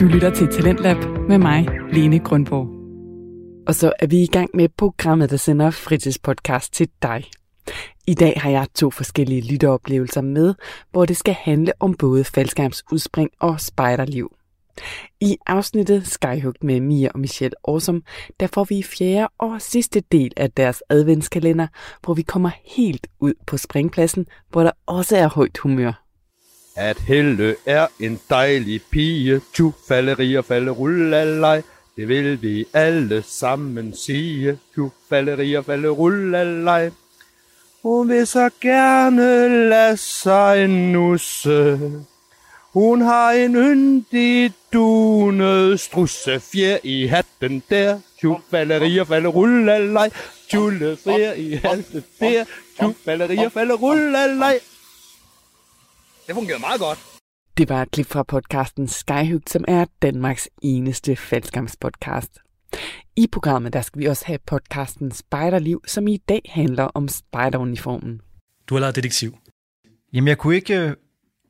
Du lytter til Talentlab med mig, Lene Grundborg. Og så er vi i gang med programmet, der sender fritidspodcast til dig. I dag har jeg to forskellige lytteoplevelser med, hvor det skal handle om både faldskærmsudspring og spejderliv. I afsnittet Skyhugt med Mia og Michelle Awesome, der får vi fjerde og sidste del af deres adventskalender, hvor vi kommer helt ud på springpladsen, hvor der også er højt humør. At Helle er en dejlig pige, tu falleri og falde rullalej. Det vil vi alle sammen sige, tu falleri og falde rullalej. Hun vil så gerne lade sig nusse. Hun har en yndig dunet strusse fjer i hatten der. Tu falleri og falde rullalej. Tulle fjer i hatten der. Tu falleri og falde rullalej. Det fungerede meget godt. Det var et klip fra podcasten Skyhugt, som er Danmarks eneste faldskærmspodcast. I programmet der skal vi også have podcasten Spejderliv, som i dag handler om spejderuniformen. Du har lavet detektiv. Jamen, jeg kunne ikke øh,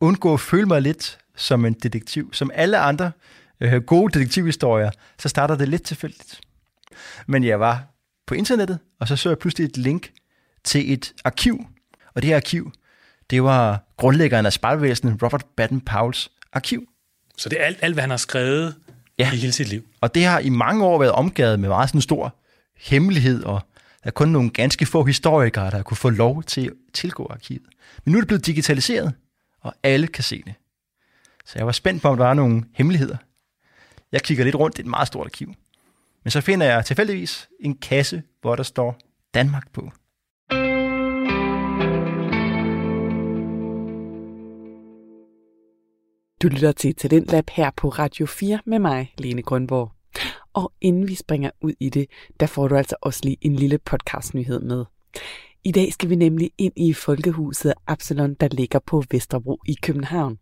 undgå at føle mig lidt som en detektiv. Som alle andre øh, gode detektivhistorier, så starter det lidt tilfældigt. Men jeg var på internettet, og så så jeg pludselig et link til et arkiv. Og det her arkiv, det var grundlæggeren af spejlvæsenet Robert Baden Powells arkiv. Så det er alt, alt hvad han har skrevet Ja. ja. i hele sit liv. Og det har i mange år været omgivet med meget sådan stor hemmelighed, og der er kun nogle ganske få historikere, der kunne få lov til at tilgå arkivet. Men nu er det blevet digitaliseret, og alle kan se det. Så jeg var spændt på, om der var nogle hemmeligheder. Jeg kigger lidt rundt, det er et meget stort arkiv. Men så finder jeg tilfældigvis en kasse, hvor der står Danmark på. Du lytter til Talentlab her på Radio 4 med mig, Lene Grundborg. Og inden vi springer ud i det, der får du altså også lige en lille podcastnyhed med. I dag skal vi nemlig ind i Folkehuset Absalon, der ligger på Vesterbro i København.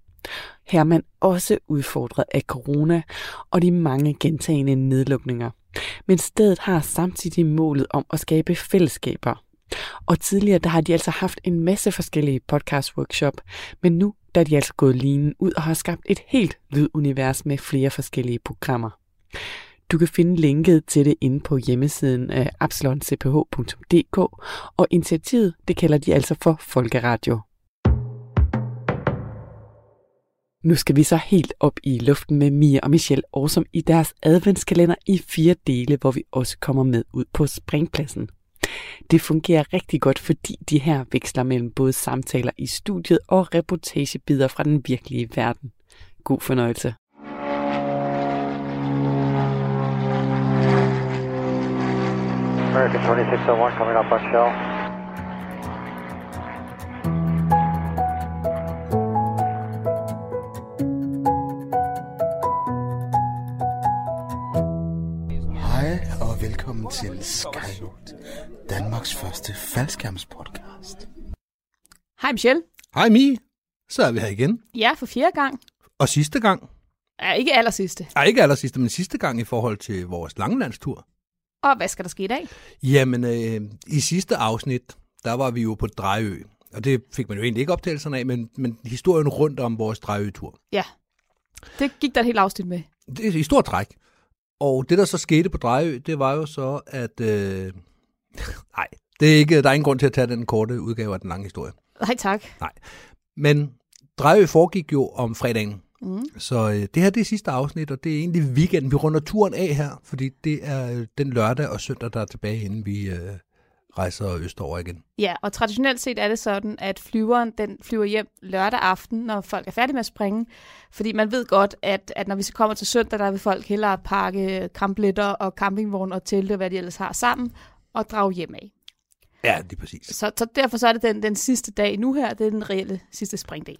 Her er man også udfordret af corona og de mange gentagende nedlukninger. Men stedet har samtidig målet om at skabe fællesskaber. Og tidligere der har de altså haft en masse forskellige podcast-workshop, men nu der er de altså gået linen ud og har skabt et helt lydunivers med flere forskellige programmer. Du kan finde linket til det inde på hjemmesiden af absalonCPH.dk, og initiativet det kalder de altså for Folkeradio. Nu skal vi så helt op i luften med Mia og Michelle Awesome i deres adventskalender i fire dele, hvor vi også kommer med ud på springpladsen. Det fungerer rigtig godt, fordi de her veksler mellem både samtaler i studiet og reportagebider fra den virkelige verden. God fornøjelse. American 2601 coming up on shell. Hej og velkommen til Skyhugt, Danmarks første faldskærmspodcast. Hej Michelle. Hej Mi, så er vi her igen. Ja, for fjerde gang. Og sidste gang, Ja, ikke aller sidste. nej ikke aller sidste, men sidste gang i forhold til vores langlandstur. Og hvad skal der ske i dag? Jamen, øh, i sidste afsnit, der var vi jo på Drejø, og det fik man jo egentlig ikke optagelserne af, men, men historien rundt om vores Drejø-tur. Ja. Det gik der et helt afsnit med. Det er i stor træk. Og det, der så skete på Drejø, det var jo så, at... Øh, nej, det er ikke, der er ingen grund til at tage den korte udgave af den lange historie. Nej tak. Men Drejø foregik jo om fredagen, Mm. Så øh, det her det er sidste afsnit, og det er egentlig weekenden. Vi runder turen af her, fordi det er øh, den lørdag og søndag, der er tilbage, inden vi øh, rejser østover igen. Ja, og traditionelt set er det sådan, at flyveren den flyver hjem lørdag aften, når folk er færdige med at springe. Fordi man ved godt, at, at når vi så kommer til søndag, der vil folk hellere pakke kampletter og campingvogn og telte og hvad de ellers har sammen og drage hjem af. Ja, lige præcis. Så, så derfor så er det den, den sidste dag nu her, det er den reelle sidste springdag.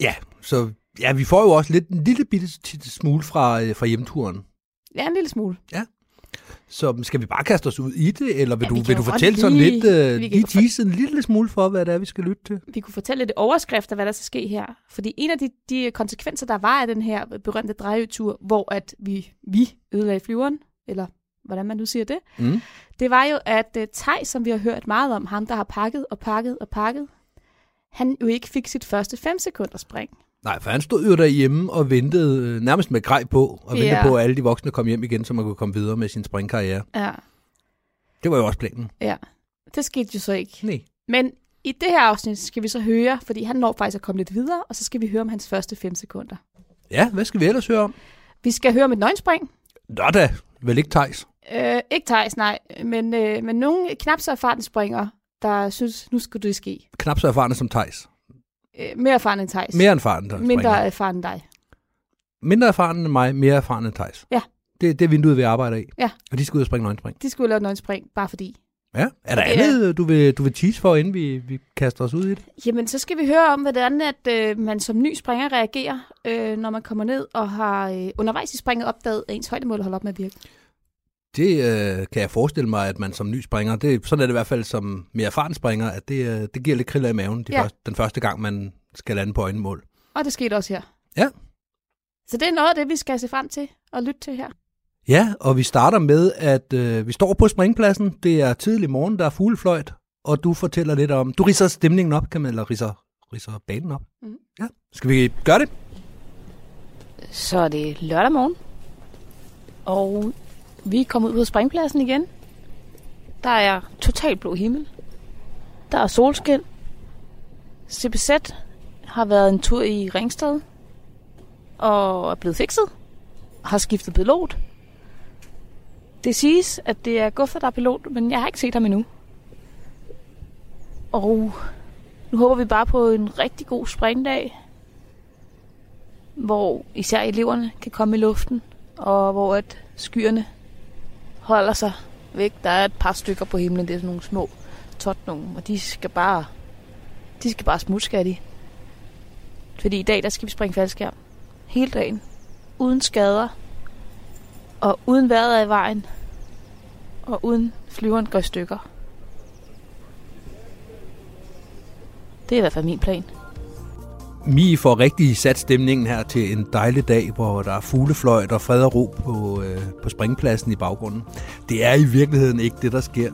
Ja, så ja, vi får jo også lidt, en lille bitte t- smule fra, øh, fra hjemturen. Ja, en lille smule. Så skal vi bare kaste os ud i det, eller vil Ja, du, vi vil kan du jo godt fortælle sådan lige- lidt, øh, vi kan lige godt for- tease en lille smule for, hvad det er, vi skal lytte til? vi kunne fortælle lidt overskrifter, hvad der skal ske her. Fordi en af de, de konsekvenser, der var af den her berømte drejetur, hvor at vi, vi ødelagde flyveren, eller hvordan man nu siger det, Mm. det var jo, at uh, Tej, som vi har hørt meget om, ham der har pakket og pakket og pakket, han jo ikke fik sit første 5 sekunder spring. Nej, for han stod jo derhjemme og ventede øh, nærmest med grej på, og ventede Ja. på, at alle de voksne kom hjem igen, så man kunne komme videre med sin springkarriere. Ja, Det var jo også planen. ja. Det skete jo så ikke. Nej. Men i det her afsnit skal vi så høre, fordi han når faktisk at komme lidt videre, og så skal vi høre om hans første 5 sekunder. Ja, hvad skal vi ellers høre om? Vi skal høre om et nøgenspring. Nå da, vel ikke Thijs. Øh, ikke Thijs, nej, men, øh, men nogle knap så erfarne springere, der synes, nu skulle det ske. Knap så erfarne som Thijs. Øh, mere erfaren end Thijs. Mere erfaren end Mindre Mindre. erfaren end dig. Mindre erfaren end mig, mere erfaren end Thijs. Ja. Det, det er vinduet, vi arbejder i. Ja. Og de skal ud og springe nøgenspring. De skulle lave et nøgenspring, bare fordi. Ja. Er der Det er- andet, øh, du vil, du vil tease for, inden vi, vi kaster os ud i det? Jamen, så skal vi høre om, hvordan at, øh, man som ny springer reagerer, øh, når man kommer ned og har øh, undervejs i springet opdaget, at ens højdemål holder op med at virke. Det øh, kan jeg forestille mig, at man som ny springer, det, sådan er det i hvert fald som mere erfaren springer, at det, øh, det giver lidt kriller i maven de Ja. ja. første, den første gang, man skal lande på øjenmål. Og det skete også her. Ja. Så det er noget af det, vi skal se frem til og lytte til her. Ja, og vi starter med, at øh, vi står på springpladsen. Det er tidlig morgen, der er fuglefløjt, og du fortæller lidt om... Du riser stemningen op, kan man, eller riser, riser banen op. Mhm. Mm. Ja, skal vi gøre det? Så er det lørdag morgen, og vi er kommet ud på springpladsen igen. Der er totalt blå himmel. Der er solskin. CBZ har været en tur i Ringsted og er blevet fikset. Har skiftet pilot. Det siges, at det er Guffer, der er pilot, men jeg har ikke set ham endnu. Og nu håber vi bare på en rigtig god springdag hvor især eleverne kan komme i luften, og hvor at skyerne holder sig væk. Der er et par stykker på himlen, det er sådan nogle små tot nogen, og de skal bare, de skal bare smutte, skal de. Fordi i dag, der skal vi springe faldskærm. Hele dagen. Uden skader. Og uden vejret er i vejen. Og uden flyveren går i stykker. Det er i hvert fald min plan. Mi får rigtig sat stemningen her til en dejlig dag, hvor der er fuglefløjt og fred og ro på, øh, på springpladsen i baggrunden. Det er i virkeligheden ikke det, der sker.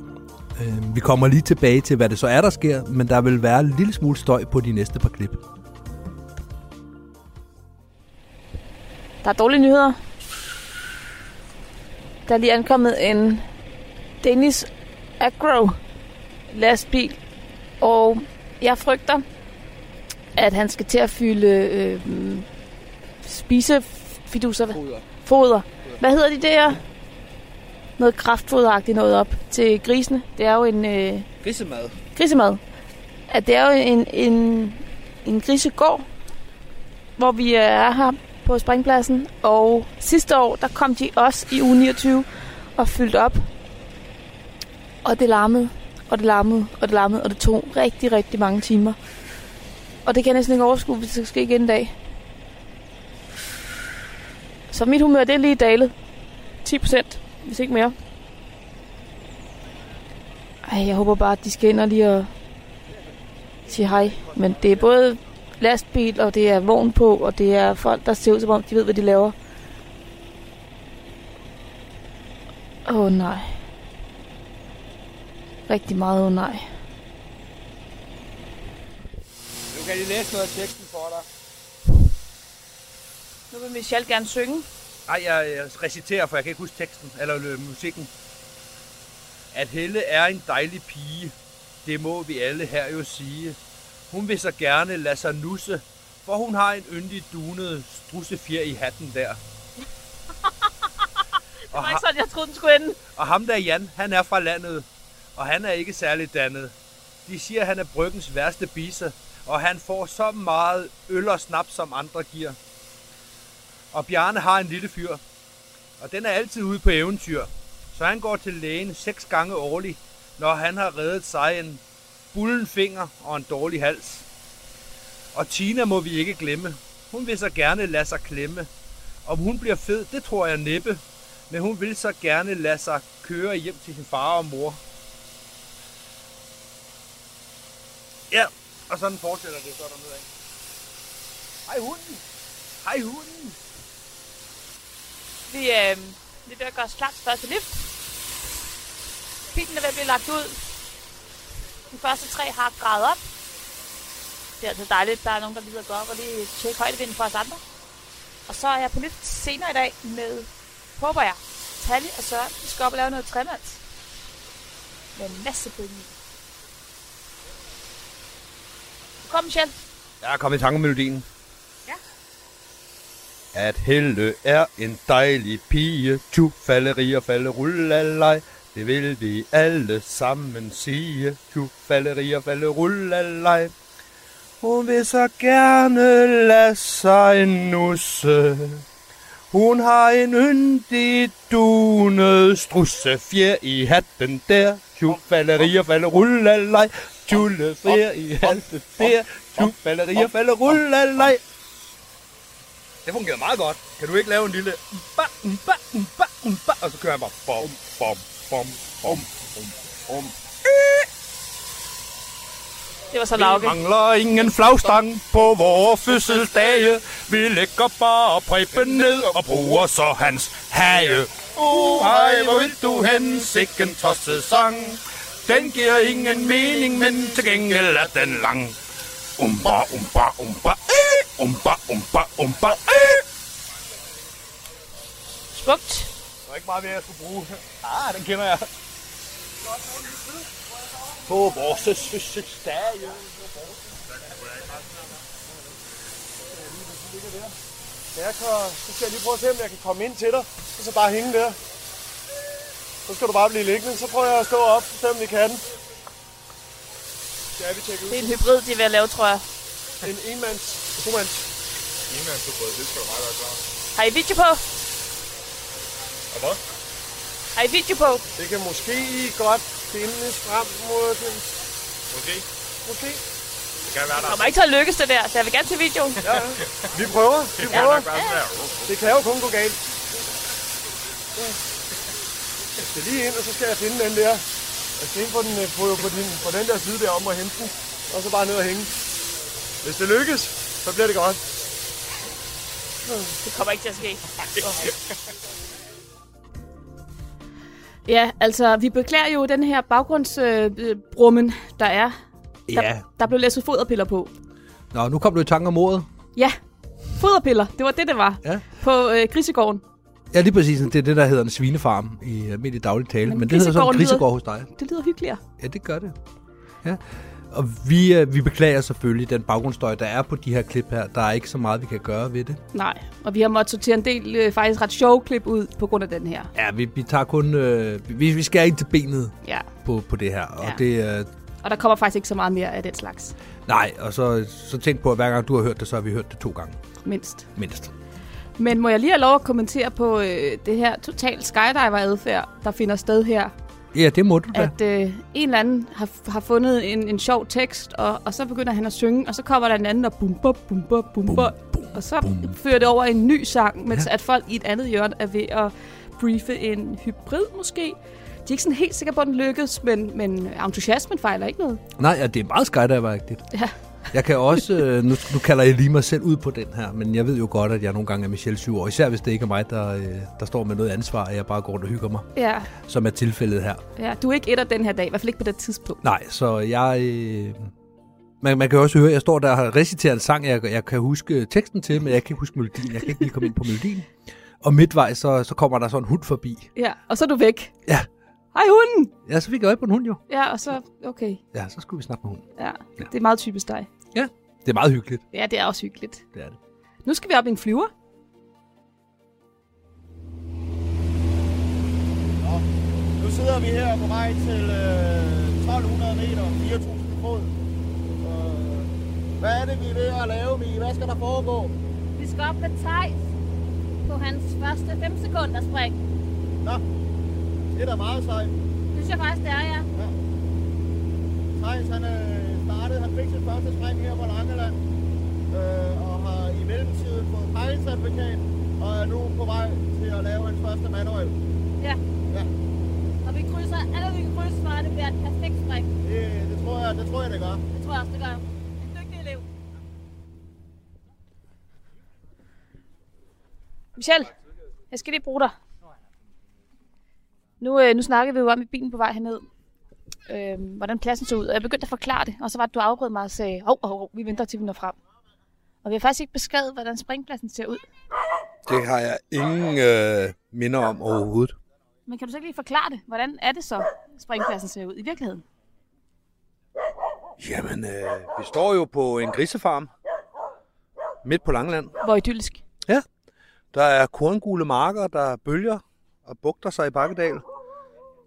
Øh, vi kommer lige tilbage til, hvad det så er, der sker, men der vil være en lille smule støj på de næste par klip. Der er dårlige nyheder. Der er lige ankommet en Dennis Agro lastbil, og jeg frygter, at han skal til at fylde øh, spisefiduser. Foder. Foder. Hvad hedder de der? Noget kraftfoderagtigt noget op til grisene. Det er jo en... Øh, Grisemad. grisemad. At det er jo en, en, en grisegård, hvor vi er her på springpladsen. Og sidste år, der kom de også i uge 29 og fyldte op. Og det larmede, og det larmede, og det larmede, og det tog rigtig, rigtig mange timer. Og det kan jeg næsten ikke overskue, hvis det skal ske igen en dag. Så mit humør, det er lige dalet. 10 procent, hvis ikke mere. Ej, jeg håber bare, at de skal ind og lige og sige hej. Men det er både lastbil, og det er vogn på, og det er folk, der ser ud som om, de ved, hvad de laver. Åh oh, nej. Rigtig meget åh oh, nej. Nu kan de læse noget af teksten for dig. Nu vil Michelle gerne synge. Nej, jeg, jeg reciterer, for jeg kan ikke huske teksten eller øh, musikken. At Helle er en dejlig pige, det må vi alle her jo sige. Hun vil så gerne lade sig nusse, for hun har en yndig dunet strussefjer i hatten der. og, ha- sådan, jeg troede, den skulle ende. og ham der Jan, han er fra landet, og han er ikke særlig dannet. De siger, han er bryggens værste bise, og han får så meget øl og snaps, som andre giver. Og Bjarne har en lille fyr, og den er altid ude på eventyr. Så han går til lægen seks gange årligt, når han har reddet sig en bullen finger og en dårlig hals. Og Tina må vi ikke glemme. Hun vil så gerne lade sig klemme. Om hun bliver fed, det tror jeg næppe, men hun vil så gerne lade sig køre hjem til sin far og mor. Ja, og sådan fortsætter det så dernede af. Hej hunden! Hej hunden! Vi, øh, øhm, vi vil gøre os klar til første lift. Pilen er ved at blive lagt ud. De første tre har gravet op. Det er altså dejligt, der er nogen, der gider gå op og lige tjekke højdevinden for os andre. Og så er jeg på lidt senere i dag med, håber jeg, Tali og Søren. Vi skal op og lave noget tremands. Med en masse bølge. Kom, Michelle. Jeg er kommet i tanke om melodien. Ja. At Helle er en dejlig pige, tu falleri og falde rullalej. Det vil vi alle sammen sige, tu falleri og falde rullalej. Hun vil så gerne lade sig nusse. Hun har en yndig dunet strussefjer i hatten der. Tu falleri og falde rullalej. Tulle fjer i hatten der. Tu falleri og falde rullalej. Det fungerede meget godt. Kan du ikke lave en lille... Ba, ba, ba, ba, og så kører jeg bare... Bom, bom, bom, bom, bom, bom. Det var så Vi lavt. mangler ingen flagstang på vores fødselsdage. Vi lægger bare præben ned og bruger så hans hage. Uh, hej, hvor vil du hen, sikken tosset sang. Den giver ingen mening, men til gengæld er den lang. Umba, umba, umba, eh, umba, umba, umba, eh. Smukt. Der er ikke meget mere, jeg skulle bruge. Ah, den kender jeg. På vores fødselsdag. Ja, jeg kan, så skal jeg lige prøve at se, om jeg kan komme ind til dig. Og så bare hænge der. Så skal du bare blive liggende. Så prøver jeg at stå op, så vi kan den. Ja, vi tjekker ud. Det er en hybrid, de er ved at lave, tror jeg. En enmands, tomands. Enmands hybrid, det skal du meget være klar. Har I video på? Og hvad? Har I video på? Det kan måske godt finde frem mod den. Måske. Måske. Det kan være, Det der kommer ikke til at lykkes, det der, så jeg vil gerne se videoen. Ja, vi prøver. Vi Ja. prøver. Ja, ja. Det kan jo kun gå galt. Jeg skal lige ind, og så skal jeg finde den der. Jeg skal ind på den, øh, på, på din, på den der side derom og hente den. Og så bare ned og hænge. Hvis det lykkes, så bliver det godt. Det kommer ikke til at ske. Ja, altså, vi beklager jo den her baggrundsbrummen, øh, brummen, der er. Der, Ja. der blev læsset foderpiller på. Nå, nu kom du i tanke om ordet. Ja, foderpiller. Det var det, det var. Ja. På øh, grisegården. Ja, lige præcis. Det er det, der hedder en svinefarm i almindelig daglig tale. Men, det hedder så en grisegården grisegård hos lyder- dig. Det lyder hyggeligere. Ja, det gør det. Ja. Og vi, øh, vi beklager selvfølgelig den baggrundsstøj, der er på de her klip her. Der er ikke så meget, vi kan gøre ved det. Nej, og vi har måttet sortere en del øh, faktisk ret sjove klip ud på grund af den her. Ja, vi, vi tager kun... Øh, vi, vi skærer ind til benet Ja, på, på det her. Og Ja. ja. det, øh, og der kommer faktisk ikke så meget mere af den slags, nej, og så, så tænk på, at hver gang du har hørt det, så har vi hørt det to gange. mindst. Mindst. Men må jeg lige have lov at kommentere på øh, det her total skydiver-adfærd, der finder sted her? Ja, det må du da. At øh, en eller anden har, har fundet en, en sjov tekst, og, og så begynder han at synge, og så kommer der en anden og bumper, bumper, bumper, og så fører det over i en ny sang, mens Ja. at folk i et andet hjørne er ved at briefe en hybrid måske. De er ikke sådan helt sikre på, at den lykkedes, men, men entusiasmen fejler ikke noget. Nej, ja, det er meget skydiver-agtigt. Ja. Jeg kan også, øh, nu, nu kalder jeg lige mig selv ud på den her, men jeg ved jo godt, at jeg nogle gange er Michelle 7 år, især hvis det ikke er mig, der, øh, der står med noget ansvar, og jeg bare går rundt og hygger mig, Ja, som er tilfældet her. ja, du er ikke et af den her dag, i hvert fald ikke på det tidspunkt. Nej, så jeg... Øh, man, man kan jo også høre, at jeg står der og har reciteret en sang, jeg, jeg kan huske teksten til, men jeg kan ikke huske melodien. Jeg kan ikke lige komme ind på melodien. Og midtvejs, så, så kommer der sådan en hund forbi. Ja, og så er du væk. Ja. Hej hunden! Ja, så fik jeg øje på en hund jo. Ja, og så, okay. Ja, så skulle vi snakke med hunden. Ja, det er meget typisk dig. Det er meget hyggeligt. Ja, det er også hyggeligt. Det er det. Nu skal vi op i en flyver. Nu sidder vi her på vej til øh, 1200 meter, 4000 fod. Øh, hvad er det, vi er ved at lave, Mie? Hvad skal der foregå? Vi skal op med Thijs på hans første 5 sekunder spring. Nå, det er da meget sejt. Det synes jeg faktisk, det er, ja. Thijs, han øh, startede, han fik sit første spring her på Langeland. Øh, og har i mellemtiden fået fejlcertifikat, og er nu på vej til at lave hans første manuel. Ja. Ja. Og vi krydser alle, vi kan krydse, for at det bliver et perfekt spring. Det, det, tror jeg, det tror jeg, det gør. Det tror jeg også, det gør. En dygtig elev. Michelle, jeg skal lige bruge dig. Nu, øh, nu snakkede vi jo om i bilen på vej herned, øh, hvordan pladsen så ud. Og jeg begyndte at forklare det, og så var det, du afbrød mig og sagde, hov, hov, hov, vi venter til vi når frem. Og vi har faktisk ikke beskrevet, hvordan springpladsen ser ud. Det har jeg ingen øh, minder om overhovedet. Men kan du så ikke lige forklare det? Hvordan er det så, springpladsen ser ud i virkeligheden? Jamen, øh, vi står jo på en grisefarm midt på Langeland. Hvor idyllisk. Ja. Der er korngule marker, der bølger og bugter sig i Bakkedal.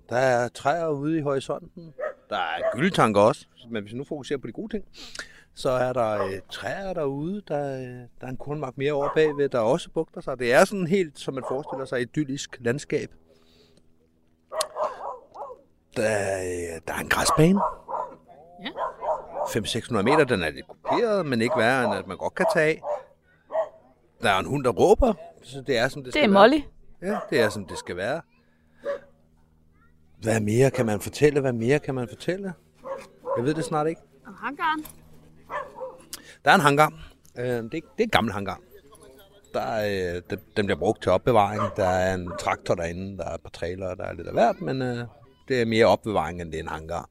Der er træer ude i horisonten. Der er gyldetanker også, men hvis vi nu fokuserer på de gode ting, så er der øh, træer derude. Der, øh, der er en kornmark mere over bagved, der også bugter sig. Det er sådan helt, som man forestiller sig, idyllisk landskab. Der, øh, der er en græsbane. 500-600 meter, den er lidt kuperet, men ikke værre, end at man godt kan tage af. Der er en hund, der råber, så det er, som Det, det, skal er være. Molly. Ja, det er, som det skal være. Hvad mere kan man fortælle? Hvad mere kan man fortælle? Jeg ved det snart ikke. Og hangaren. Der er en hangar. Øh, det, er, det er en gammel hangar. Der er, øh, den, den bliver brugt til opbevaring. Der er en traktor derinde, der er et par trailer, der er lidt af hvert, men øh, det er mere opbevaring, end det er en hangar.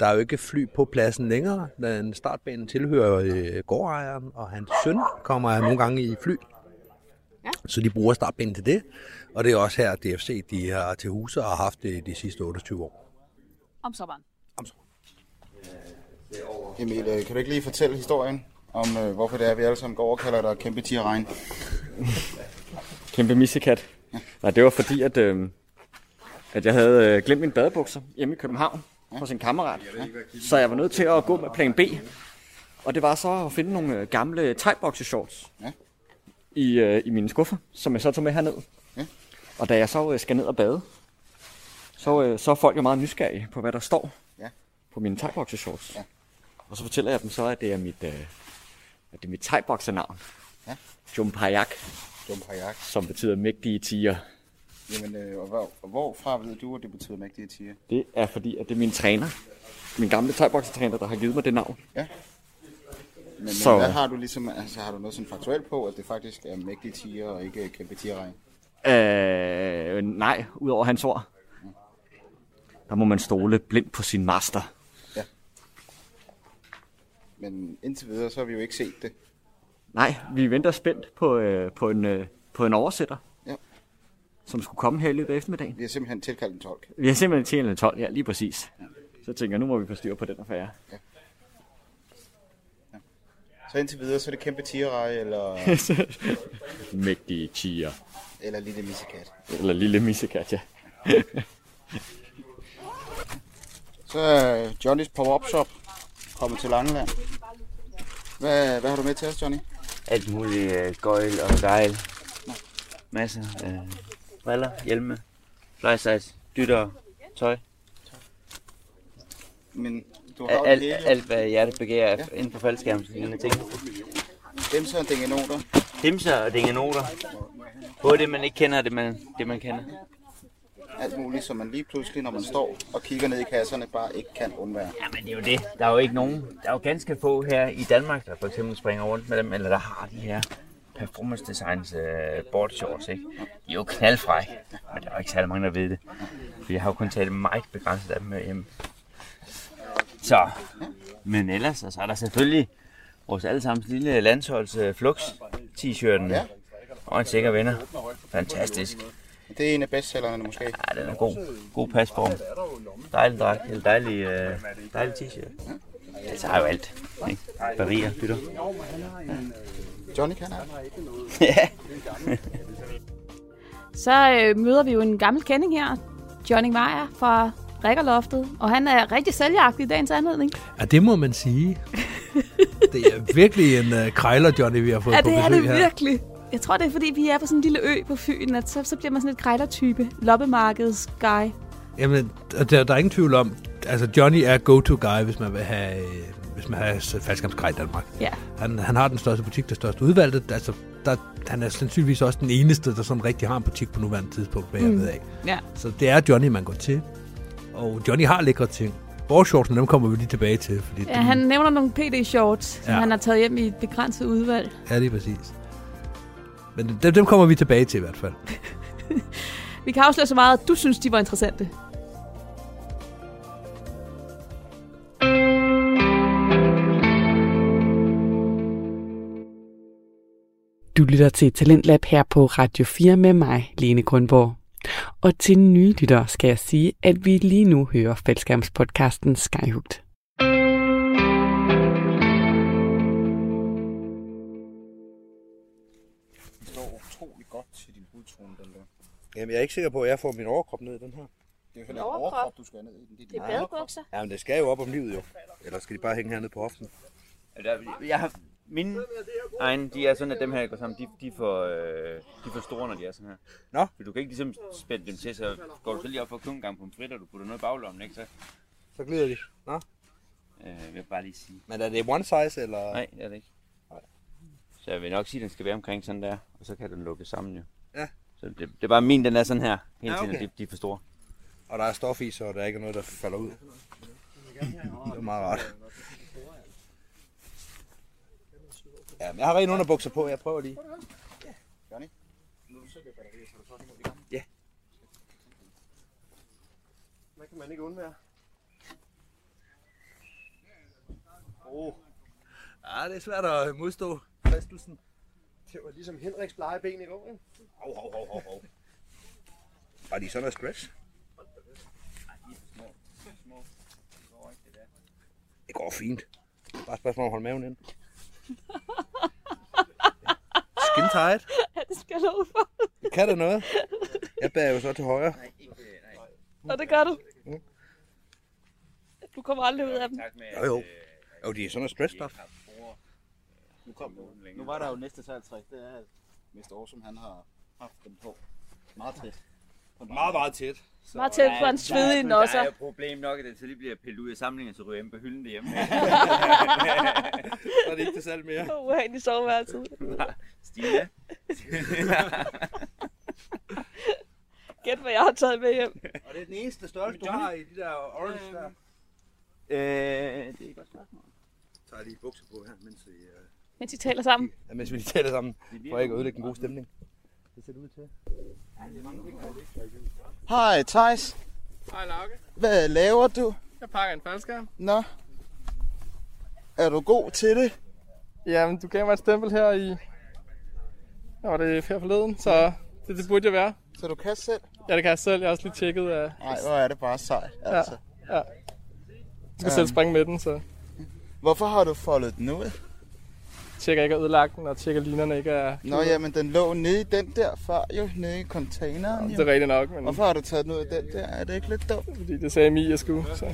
Der er jo ikke fly på pladsen længere. Den startbanen tilhører øh, gårdejeren, og hans søn kommer nogle gange i fly. Ja. Så de bruger startbanen til det. Og det er også her, DFC de har til huse og har haft det de sidste 28 år. Om sommeren. Emil, øh, kan du ikke lige fortælle historien om, øh, hvorfor det er, vi alle sammen går og kalder dig kæmpe tigerregn? Kæmpe missekat. Nej, det var fordi, at, øh, at jeg havde øh, glemt mine badebukser hjemme i København hos en kammerat. Så jeg var nødt til at gå med plan B. Og det var så at finde nogle øh, gamle thai-boxershorts Ja. i, øh, i mine skuffer, som jeg så tog med herned. Ja. Og da jeg så øh, skal ned og bade, så, øh, så er folk jo meget nysgerrige på, hvad der står Ja. på mine thai shorts. Ja. Og så fortæller jeg dem så, at det er mit, øh, at det er mit thai navn Ja. Jumpayak, Jumpayak. som betyder mægtige tiger. Jamen, øh, og hvor, og hvorfra ved du, at det betyder mægtige tiger? Det er fordi, at det er min træner, min gamle thai træner der har givet mig det navn. Ja. Men, så... Så- men hvad har du ligesom, altså har du noget sådan faktuelt på, at det faktisk er mægtige tiger og ikke øh, kæmpe tigerregn? Øh, nej, udover hans ord. Der må man stole blindt på sin master. Men indtil videre, så har vi jo ikke set det. Nej, vi venter spændt på, øh, på, en, øh, på en oversætter, Ja. som skulle komme her i løbet af eftermiddagen. Vi har simpelthen tilkaldt en tolk. Vi har simpelthen tjent en 12, ja, lige præcis. Så tænker jeg, nu må vi få styr på den affære. Så indtil videre, så er det kæmpe tigerregn, eller, Mægtige tiger. eller lille missekat. Eller lille missekat, ja. Så er Johnnys pop-up shop kommet til Langeland. Hvad, hvad har du med til os, Johnny? Alt muligt øh, gøjl og gejl. Masser af øh, briller, hjelme, flysize, dytter, tøj. Men du har jo Al, alt, det hele. alt, hvad hjertet begærer ja. inden for faldskærmslignende ting. Demser og dingenoter. Dimser og dingenoter. Både det, man ikke kender, og det man, det, man kender. Alt muligt, som man lige pludselig, når man står og kigger ned i kasserne, bare ikke kan undvære. Jamen, det er jo det. Der er jo ikke nogen. Der er jo ganske få her i Danmark, der for eksempel springer rundt med dem, eller der har de her performance designs øh, board shorts, ikke? De er jo knaldfrække, men der er jo ikke særlig mange, der ved det. For jeg har jo kun taget meget begrænset af dem med hjemme. Så, men ellers, og så er der selvfølgelig vores allesammens lille landsholds øh, flux t-shirten Ja. og en sikker venner. Fantastisk. Det er en af bestsellerne måske. Ja, den er god. God pasform. Dejlig dragt, eller dejlig, øh, dejlig t-shirt. Altså har jo alt. Ikke? Barrier, dytter. Johnny kan alt. ja. Så øh, møder vi jo en gammel kending her, Johnny Meyer fra Rikkerloftet, og han er rigtig sælgeragtig i dagens anledning. Ja, det må man sige. Det er virkelig en uh, krejler, Johnny, vi har fået Ja, på det er besøg det her. virkelig. Jeg tror, det er, fordi vi er på sådan en lille ø på Fyn, at så, så bliver man sådan et krejlertype. Loppemarkedsguy. Jamen, og der, der er ingen tvivl om, altså Johnny er go-to-guy, hvis man vil have, øh, hvis man har faldskabsgrej i Danmark. Ja. Han, han har den største butik, det største udvalg. Altså, der, han er sandsynligvis også den eneste, der sådan rigtig har en butik på nuværende tidspunkt, hvad jeg Mm. ved af. Ja. Så det er Johnny, man går til. Og Johnny har lækre ting. Borgshortsen, dem kommer vi lige tilbage til, fordi Ja, han nævner nogle PD-shorts, som Ja. han har taget hjem i et begrænset udvalg. er lige præcis. Men dem, dem kommer vi tilbage til i hvert fald. Vi kan afsløre så meget, at du synes, de var interessante. Du lytter til Talentlab her på Radio 4 med mig, Lene Grundborg. Og til nye lyttere skal jeg sige, at vi lige nu hører fællesskabspodcasten Skyhugt. Det står utrolig godt til din hudtone, den der. Jamen, jeg er ikke sikker på, at jeg får min overkrop ned i den her. Det er jo heller ikke overkrop, du skal have ned i den. Det er, din egen overkrop. Jamen, det skal jo op om livet jo. Eller skal de bare hænge hernede på hoften? Jeg har, mine egne, de er sådan, at dem her, der går sammen, de, de, er for, øh, de er for store, når de er sådan her. Nå. For du kan ikke ligesom spænde dem til, så går du så lige op for at købe en gang pomfrit, og du putter noget i baglommen, ikke? Så, Så glider de. Nå? øh, vil jeg bare lige sige. Men er det one size, eller? Nej, det er det ikke. Så jeg vil nok sige, at den skal være omkring sådan der, og så kan den lukke sammen jo. Ja. Så det, det er bare min, den er sådan her, hele Ja, tiden, okay. okay. de, de er for store. Og der er stof i, så der er ikke noget, der falder ud. det er meget rart. Ja, men jeg har rene underbukser på, jeg prøver lige. Johnny? Nu er du sikker batterier, så du så hænger det gamle. Ja. Hvad kan man ikke undvære? Åh, oh, Ja, det er svært at modstå fristelsen. det var ligesom Henriks plejeben i går, ikke? Hov, hov, hov, hov, hov. Var de sådan noget stretch? Det går fint. Bare et spørgsmål om at holde maven ind. Skin tight. Ja, det skal jeg love for. Det kan der noget. Jeg bærer jo så til højre. Og det gør du. Du kommer aldrig ud af dem. Jo, jo. Jo, de er sådan noget stretch stuff. Nu kom du. Nu var der jo næste sejltræk, det er, at Mester Aarhus, han har haft den på. Meget tæt. Meget, meget tæt. Så- Meget tæt på en svedig nosser. Der er jo problem nok, at den så lige bliver pillet ud af samlingen, så ryger jeg på hylden derhjemme. Så er det ikke til salg mere. Uha, i soveværelset. Stine. Gæt, hvad jeg har taget med hjem. Og det er den eneste størrelse, du har i de der orange der. Øh, det er et godt spørgsmål. Så tager jeg lige bukser på her, mens vi, øh, Mens I taler sammen. ja, mens vi lige taler sammen. For ikke at ødelægge en god stemning. Det ser det ud til. Hej, Thijs. Hej, Lauke. Hvad laver du? Jeg pakker en faldskærm. Nå. Er du god til det? Jamen, du gav mig et stempel her i... Hvad var det her forleden, så det, det burde jeg være. Så du kan selv? Ja, det kan jeg selv. Jeg har også lige tjekket. Nej, Nej, hvor er det bare sejt, Ja, altså. ja. Du skal selv Øhm. springe med den, så Hvorfor har du foldet den ud? tjekker jeg ikke er ødelagt den, og tjekker at linerne ikke er... Nå, jamen, den lå nede i den der før, jo, nede i containeren. Det er rigtigt nok, men... Hvorfor har du taget den ud af den der? Er det ikke lidt dumt? Fordi det sagde Mie, jeg skulle. Så.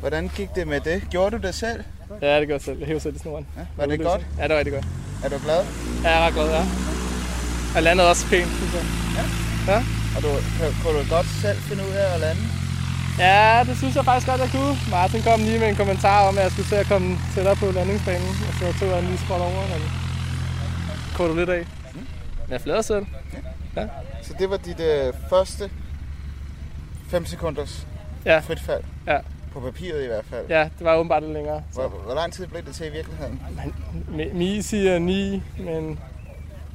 Hvordan gik det med det? Gjorde du det selv? Ja, det gør jeg selv. Jeg hæver selv i snoren. Ja, var det godt? Ja, det var rigtig godt. Er du glad? Ja, jeg er ret glad, ja. Og landede også pænt, synes jeg. Ja. Og du, kan, kunne du godt selv finde ud af at lande? Ja, det synes jeg faktisk godt, jeg kunne. Martin kom lige med en kommentar om, at jeg skulle til at komme tættere på landingsbanen. Og så tog jeg en lige skråt over, men kort du lidt af. Mm. Men jeg flader selv. Ja. Så det var dit øh, første 5 sekunders ja. frit fald? Ja. På papiret i hvert fald? ja, det var åbenbart lidt længere. Hvor, hvor lang tid blev det til i virkeligheden? Mi- Mie siger 9, men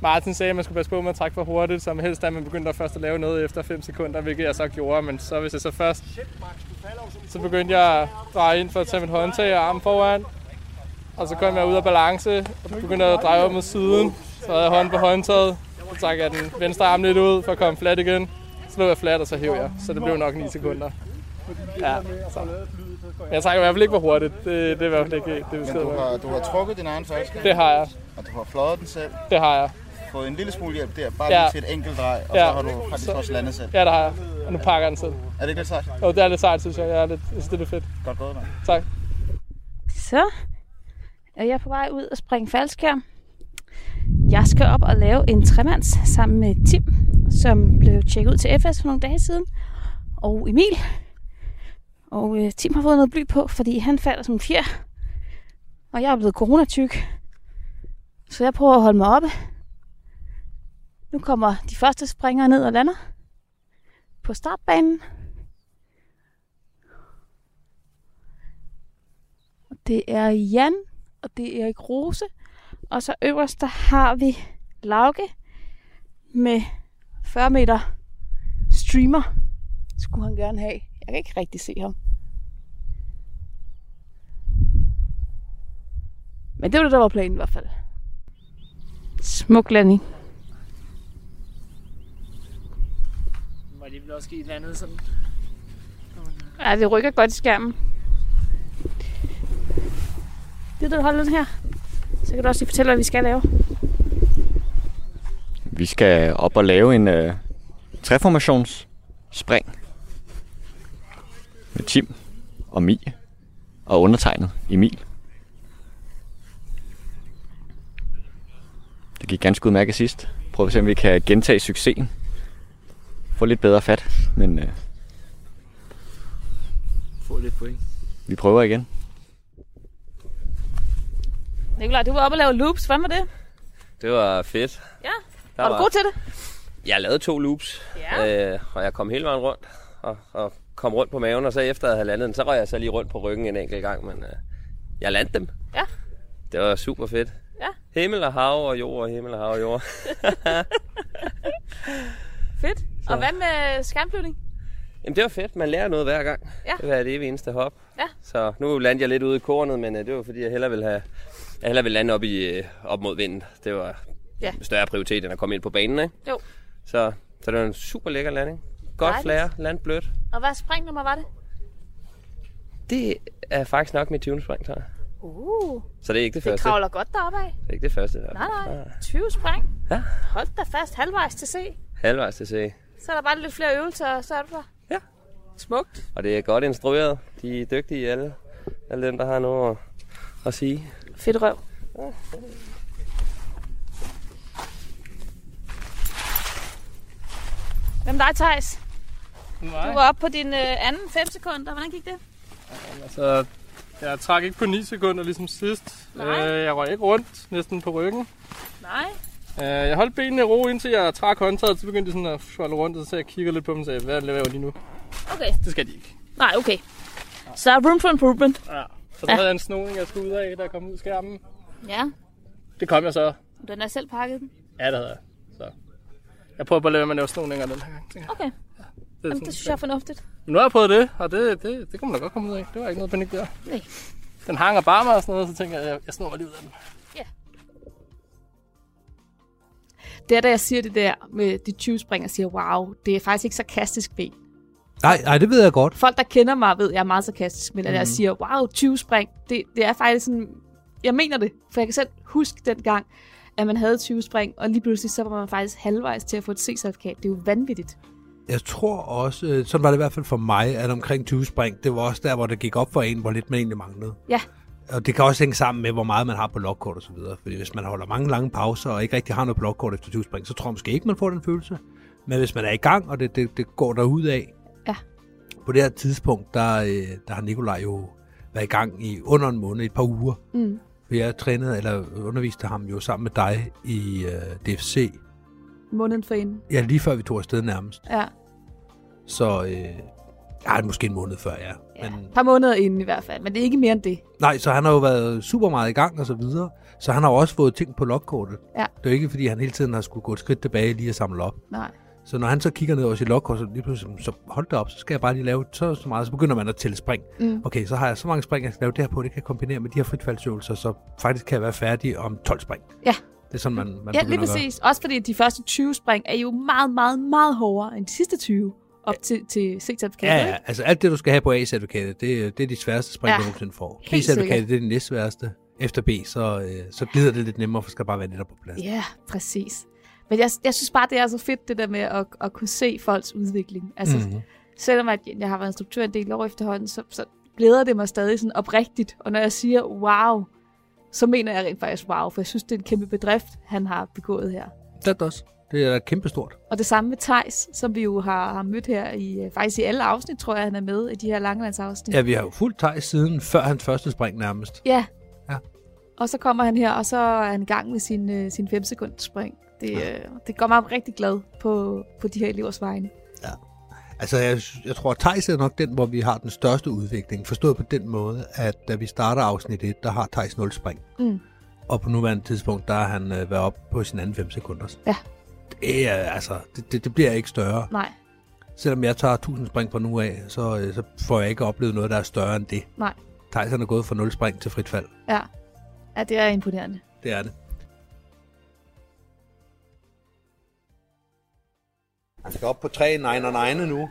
Martin sagde, at man skulle passe på med at trække for hurtigt, så helst at man begyndte at først at lave noget efter 5 sekunder, hvilket jeg så gjorde. Men så hvis jeg så først, så begyndte jeg at dreje ind for at tage mit håndtag og armen foran. Og så kom jeg ud af balance og begyndte at dreje op mod siden. Så havde jeg hånden på håndtaget. Så trak jeg den venstre arm lidt ud for at komme flat igen. Så lå jeg flat, og så hæv jeg. Så det blev nok 9 sekunder. Ja, så. Men jeg trækker i hvert fald ikke for hurtigt. Det, det er i hvert fald ikke det, vi Men skal du har, du har trukket din egen falske? Det har jeg. Og du har fløjet den selv? Det har jeg. Fået en lille smule hjælp der, bare Ja. ja. lige til et enkelt drej, og ja. så har du faktisk også landet selv. Ja, det har jeg. Og nu pakker jeg den selv. Er det ikke lidt sejt? Jo, det er lidt sejt, synes jeg. Jeg er lidt, jeg synes, det er lidt fedt. Godt gået, mand. Tak. Så er jeg på vej ud og springe faldskærm. Jeg skal op og lave en tremands sammen med Tim, som blev tjekket ud til FS for nogle dage siden, og Emil. Og øh, Tim har fået noget bly på, fordi han falder som en fjer, og jeg er blevet coronatyk. Så jeg prøver at holde mig oppe. Nu kommer de første springere ned og lander på startbanen. Det er Jan, og det er Erik Rose. Og så øverst, der har vi Lauke med 40 meter streamer. Skulle han gerne have. Jeg kan ikke rigtig se ham. Men det var det, der var planen i hvert fald. Smuk landing. Var det vel også sket landet sådan? Ja, det rykker godt i skærmen. Gider du holde den her? Så kan du også lige fortælle, hvad vi skal lave. Vi skal op og lave en øh, træformationsspring med Tim og Mie og undertegnet Emil. Det gik ganske udmærket sidst. Prøver at se, om vi kan gentage succesen. Få lidt bedre fat, men øh, Få lidt point. vi prøver igen. Nikolaj, du var oppe og lave loops. Hvordan var det? Det var fedt. Ja. Var du god til det? Jeg lavede to loops, Ja. øh, og jeg kom hele vejen rundt, og, og kom rundt på maven, og så efter at have landet den, så røg jeg så lige rundt på ryggen en enkelt gang, men øh, jeg landte dem. Ja. Det var super fedt. Ja. Himmel og hav og jord, og himmel og hav og jord. Fedt. Så. Og hvad med skærmflyvning? Jamen det var fedt, man lærer noget hver gang. Ja. Det var det evige eneste hop. Ja. Så nu landte jeg lidt ude i kornet, men øh, det var fordi, jeg hellere ville, have, jeg hellere ville lande op, i, øh, op mod vinden. Det var Ja. større prioritet, end at komme ind på banen, ikke? Jo. Så, så det var en super lækker landing. Godt Dejligt. flare, land blødt. Og hvad springnummer var det? Det er faktisk nok mit 20. spring, tror jeg. Uh, Så det er ikke det, det første. kravler godt deroppe af. Det er ikke det første. i hvert fald. Nej, nej. 20 spring. Ja. Hold da fast halvvejs til se. Halvvejs til se. Så er der bare lidt flere øvelser, og så er du der. Ja. Smukt. Og det er godt instrueret. De er dygtige alle. Alle dem, der har noget at, at sige. Fedt røv. Hvem dig, Thijs? Du var oppe på din øh, anden 5 sekunder. Hvordan gik det? Altså, jeg trak ikke på 9 sekunder ligesom sidst. Nej. Øh, jeg røg ikke rundt, næsten på ryggen. Nej. Øh, jeg holdt benene i ro, indtil jeg trak håndtaget, så begyndte de sådan at svalle rundt, og så jeg kigger lidt på dem og sagde, hvad laver de nu? Okay. Det skal de ikke. Nej, okay. Så room for improvement. Ja. Så der Ja. ja. havde jeg en snoring, jeg skulle ud af, da jeg kom ud af skærmen. Ja, Det kom jeg så. den er selv pakket. den. Ja, det havde jeg. Så. Jeg prøver bare at lade være med at lave snoninger den her gang. tænker jeg. Okay. er Jamen, sådan, det synes jeg er fornuftigt. Men nu har jeg prøvet det, og det, det, det kunne man da godt komme ud af. Det var ikke noget panik der. Nej. Den hang og bar mig og sådan noget, så tænker jeg, jeg, jeg snor mig lige ud af den. Det er da jeg siger det der med de 20 spring og siger, wow, det er faktisk ikke sarkastisk ben. Nej, nej, det ved jeg godt. Folk, der kender mig, ved, jeg er meget sarkastisk, men mm. at Mhm. jeg siger, wow, 20 spring, det, det er faktisk sådan, jeg mener det, for jeg kan selv huske den gang, at man havde 20 spring, og lige pludselig så var man faktisk halvvejs til at få et C-certifikat. Det er jo vanvittigt. Jeg tror også, øh, sådan var det i hvert fald for mig, at omkring 20 spring, det var også der, hvor det gik op for en, hvor lidt man egentlig manglede. Ja, Og det kan også hænge sammen med, hvor meget man har på lokkort og så videre. Fordi hvis man holder mange lange pauser og ikke rigtig har noget på lokkort efter 20 spring, så tror jeg måske ikke, man får den følelse. Men hvis man er i gang, og det, det, det går derud af, Ja. på det her tidspunkt, der, øh, der har Nikolaj jo været i gang i under en måned, et par uger. Mm. For jeg trænede, eller underviste ham jo sammen med dig i øh, DFC. måneden for inden. Ja, lige før vi tog afsted nærmest. Ja, Så øh, ja, måske en måned før, ja. ja. Men et par måneder inden i hvert fald, men det er ikke mere end det. Nej, så han har jo været super meget i gang og så videre. Så han har jo også fået ting på logkortet. Ja. Det er jo ikke, fordi han hele tiden har skulle gå et skridt tilbage lige og samle op. Nej. Så når han så kigger ned over sit logkort, så lige pludselig, så hold da op, så skal jeg bare lige lave så, og så meget. Så begynder man at tælle spring. Mm. Okay, så har jeg så mange spring, jeg skal lave det her på. Det kan jeg kombinere med de her fritfaldsøvelser, så faktisk kan jeg være færdig om 12 spring. Ja. Det er sådan, man, man ja, begynder lige at gøre. præcis. Også fordi de første 20 spring er jo meget, meget, meget hårdere end de sidste 20 op til, til C-certifikatet. Ja, ja, altså alt det, du skal have på A-certifikatet, det, det er de sværeste spring, Ja, ja. du nogensinde får. helt sikkert. B-certifikatet, det er det næstværste. Efter B, så, øh, så glider det lidt nemmere, for skal bare være lidt op på plads. Ja, præcis. Men jeg, jeg synes bare, det er så fedt, det der med at, at kunne se folks udvikling. Altså, mm-hmm. Mhm. selvom at jeg har været instruktør en del år efterhånden, så, så glæder det mig stadig sådan oprigtigt. Og når jeg siger wow, så mener jeg rent faktisk wow, for jeg synes, det er en kæmpe bedrift, han har begået her. Det er det også. Det er da kæmpestort. Og det samme med Tejs, som vi jo har, har mødt her i øh, faktisk i alle afsnit, tror jeg, han er med i de her langlandsafsnit. Ja, vi har jo fuldt tej siden før hans første spring nærmest. Ja. Ja. Og så kommer han her, og så er han i gang med sin, øh, sin 5 sekunders spring. Det, øh, det gør mig rigtig glad på, på de her elevers vegne. Altså, jeg, sy- jeg tror, at Thijs er nok den, hvor vi har den største udvikling. Forstået på den måde, at da vi starter afsnit 1, der har Thijs 0 spring. Mm. Og på nuværende tidspunkt, der er han øh, været op på sin anden 5 sekunder. Ja. Det, er, altså, det, det, det bliver ikke større. Nej, Selvom jeg tager 1000 spring fra nu af, så, øh, så får jeg ikke oplevet noget, der er større end det. nej, Thijs han er gået fra 0 spring til frit fald. ja. Ja, det er imponerende. Det er det. Han skal op på 399 nu.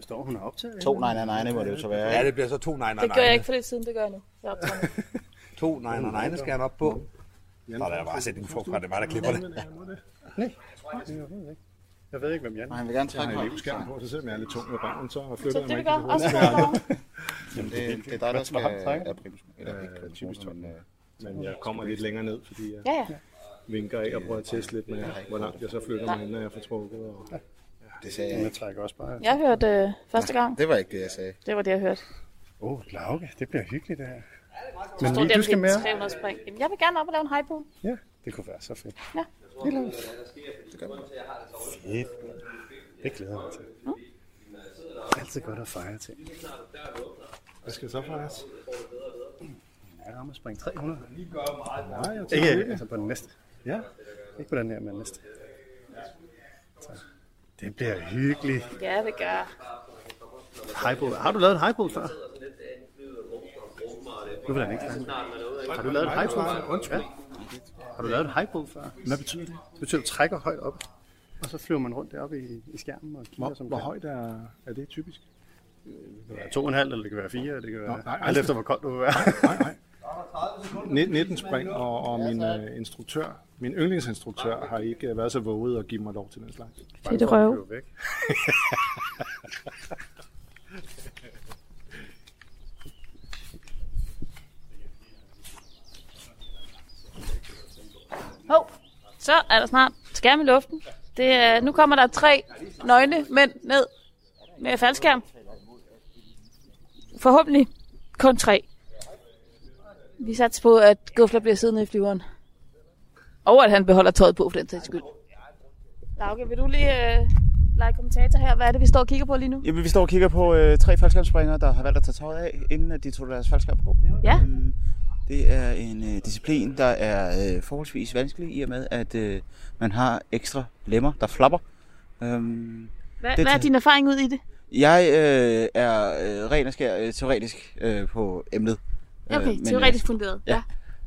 Står hun op til? To 999 må det jo så være. Ja, det bliver så to 999. Det gør jeg ikke for lidt siden, det gør jeg nu. Jeg optager nu. To 999 skal han op på. Mm. Så er der bare sætning for, fra det er mig, der klipper det. Nej. Jeg ved ikke, hvem Jan er. Nej, han vil gerne trække Jeg har mig. elevskærm på, så selvom jeg er lidt tung i røven, så Så flytter jeg det mig vil gøre også hovedet. noget Jamen, det er- det er dig, der Hvad skal- ham trække? er primus- eller ikke Øh, typisk tung. Men jeg kommer lidt længere ned, fordi jeg Ja, ja. vinker af og prøver at teste lidt med, hvor langt jeg så flytter mig, inden jeg får trukket. Og... Det sagde jeg. Jeg trækker også bare. Jeg hørte øh, første gang. Det var ikke det, jeg sagde. Det var det, jeg hørte. Åh, oh, Lauke, det bliver hyggeligt det her. Så Men stod lige, der, du skal fordi med. 300 spring. Jamen, jeg vil gerne op og lave en highball. Ja, det kunne være så fedt. Ja. Fedt. Det glæder jeg mig til. Altid godt at fejre ting. Hvad skal så fejres? Mm, Jeg rammer spring 300. Nej, jeg Ikke- tager ikke. Altså på den næste. Ja, ikke på den her, men næste. Så. Det bliver hyggeligt. Ja, det gør jeg. Highball. Har du lavet en highball før? Nu vil han ikke snakke. Har du lavet en highball før? Undskyld. Ja. Har du lavet en highball før? Hvad betyder det? Det betyder, at du trækker højt op, og så flyver man rundt deroppe i, i skærmen og kigger Hvor- som hvor højt er, er det typisk? Det kan være to og en halv, eller det kan være fire, eller det kan være... Nej, alt efter, hvor koldt du vil være. 19 spring, og, og min øh, instruktør, min yndlingsinstruktør, har ikke øh, været så våget at give mig lov til den slags. er det røv. Løb væk. Hov, så er der snart skærm i luften. Det er, nu kommer der tre nøgne mænd ned med faldskærm. Forhåbentlig kun tre. Vi satser på, at Gufler bliver siddende i flyveren. Og at han beholder tøjet på for den sags skyld. Lauke, vil du lige øh, lege kommentator her? Hvad er det, vi står og kigger på lige nu? Jamen, vi står og kigger på øh, tre faldskabsspringere, der har valgt at tage tøjet af, inden at de tog deres faldskab på. Mm, Ja. Det er en øh, disciplin, der er øh, forholdsvis vanskelig i og med, at øh, man har ekstra lemmer, der flapper. Øhm, Hvad, det hvad er tager- din erfaring ud i det? Jeg øh, er øh, ren og skær øh, teoretisk øh, på emnet. Okay, teoretisk funderet, ja.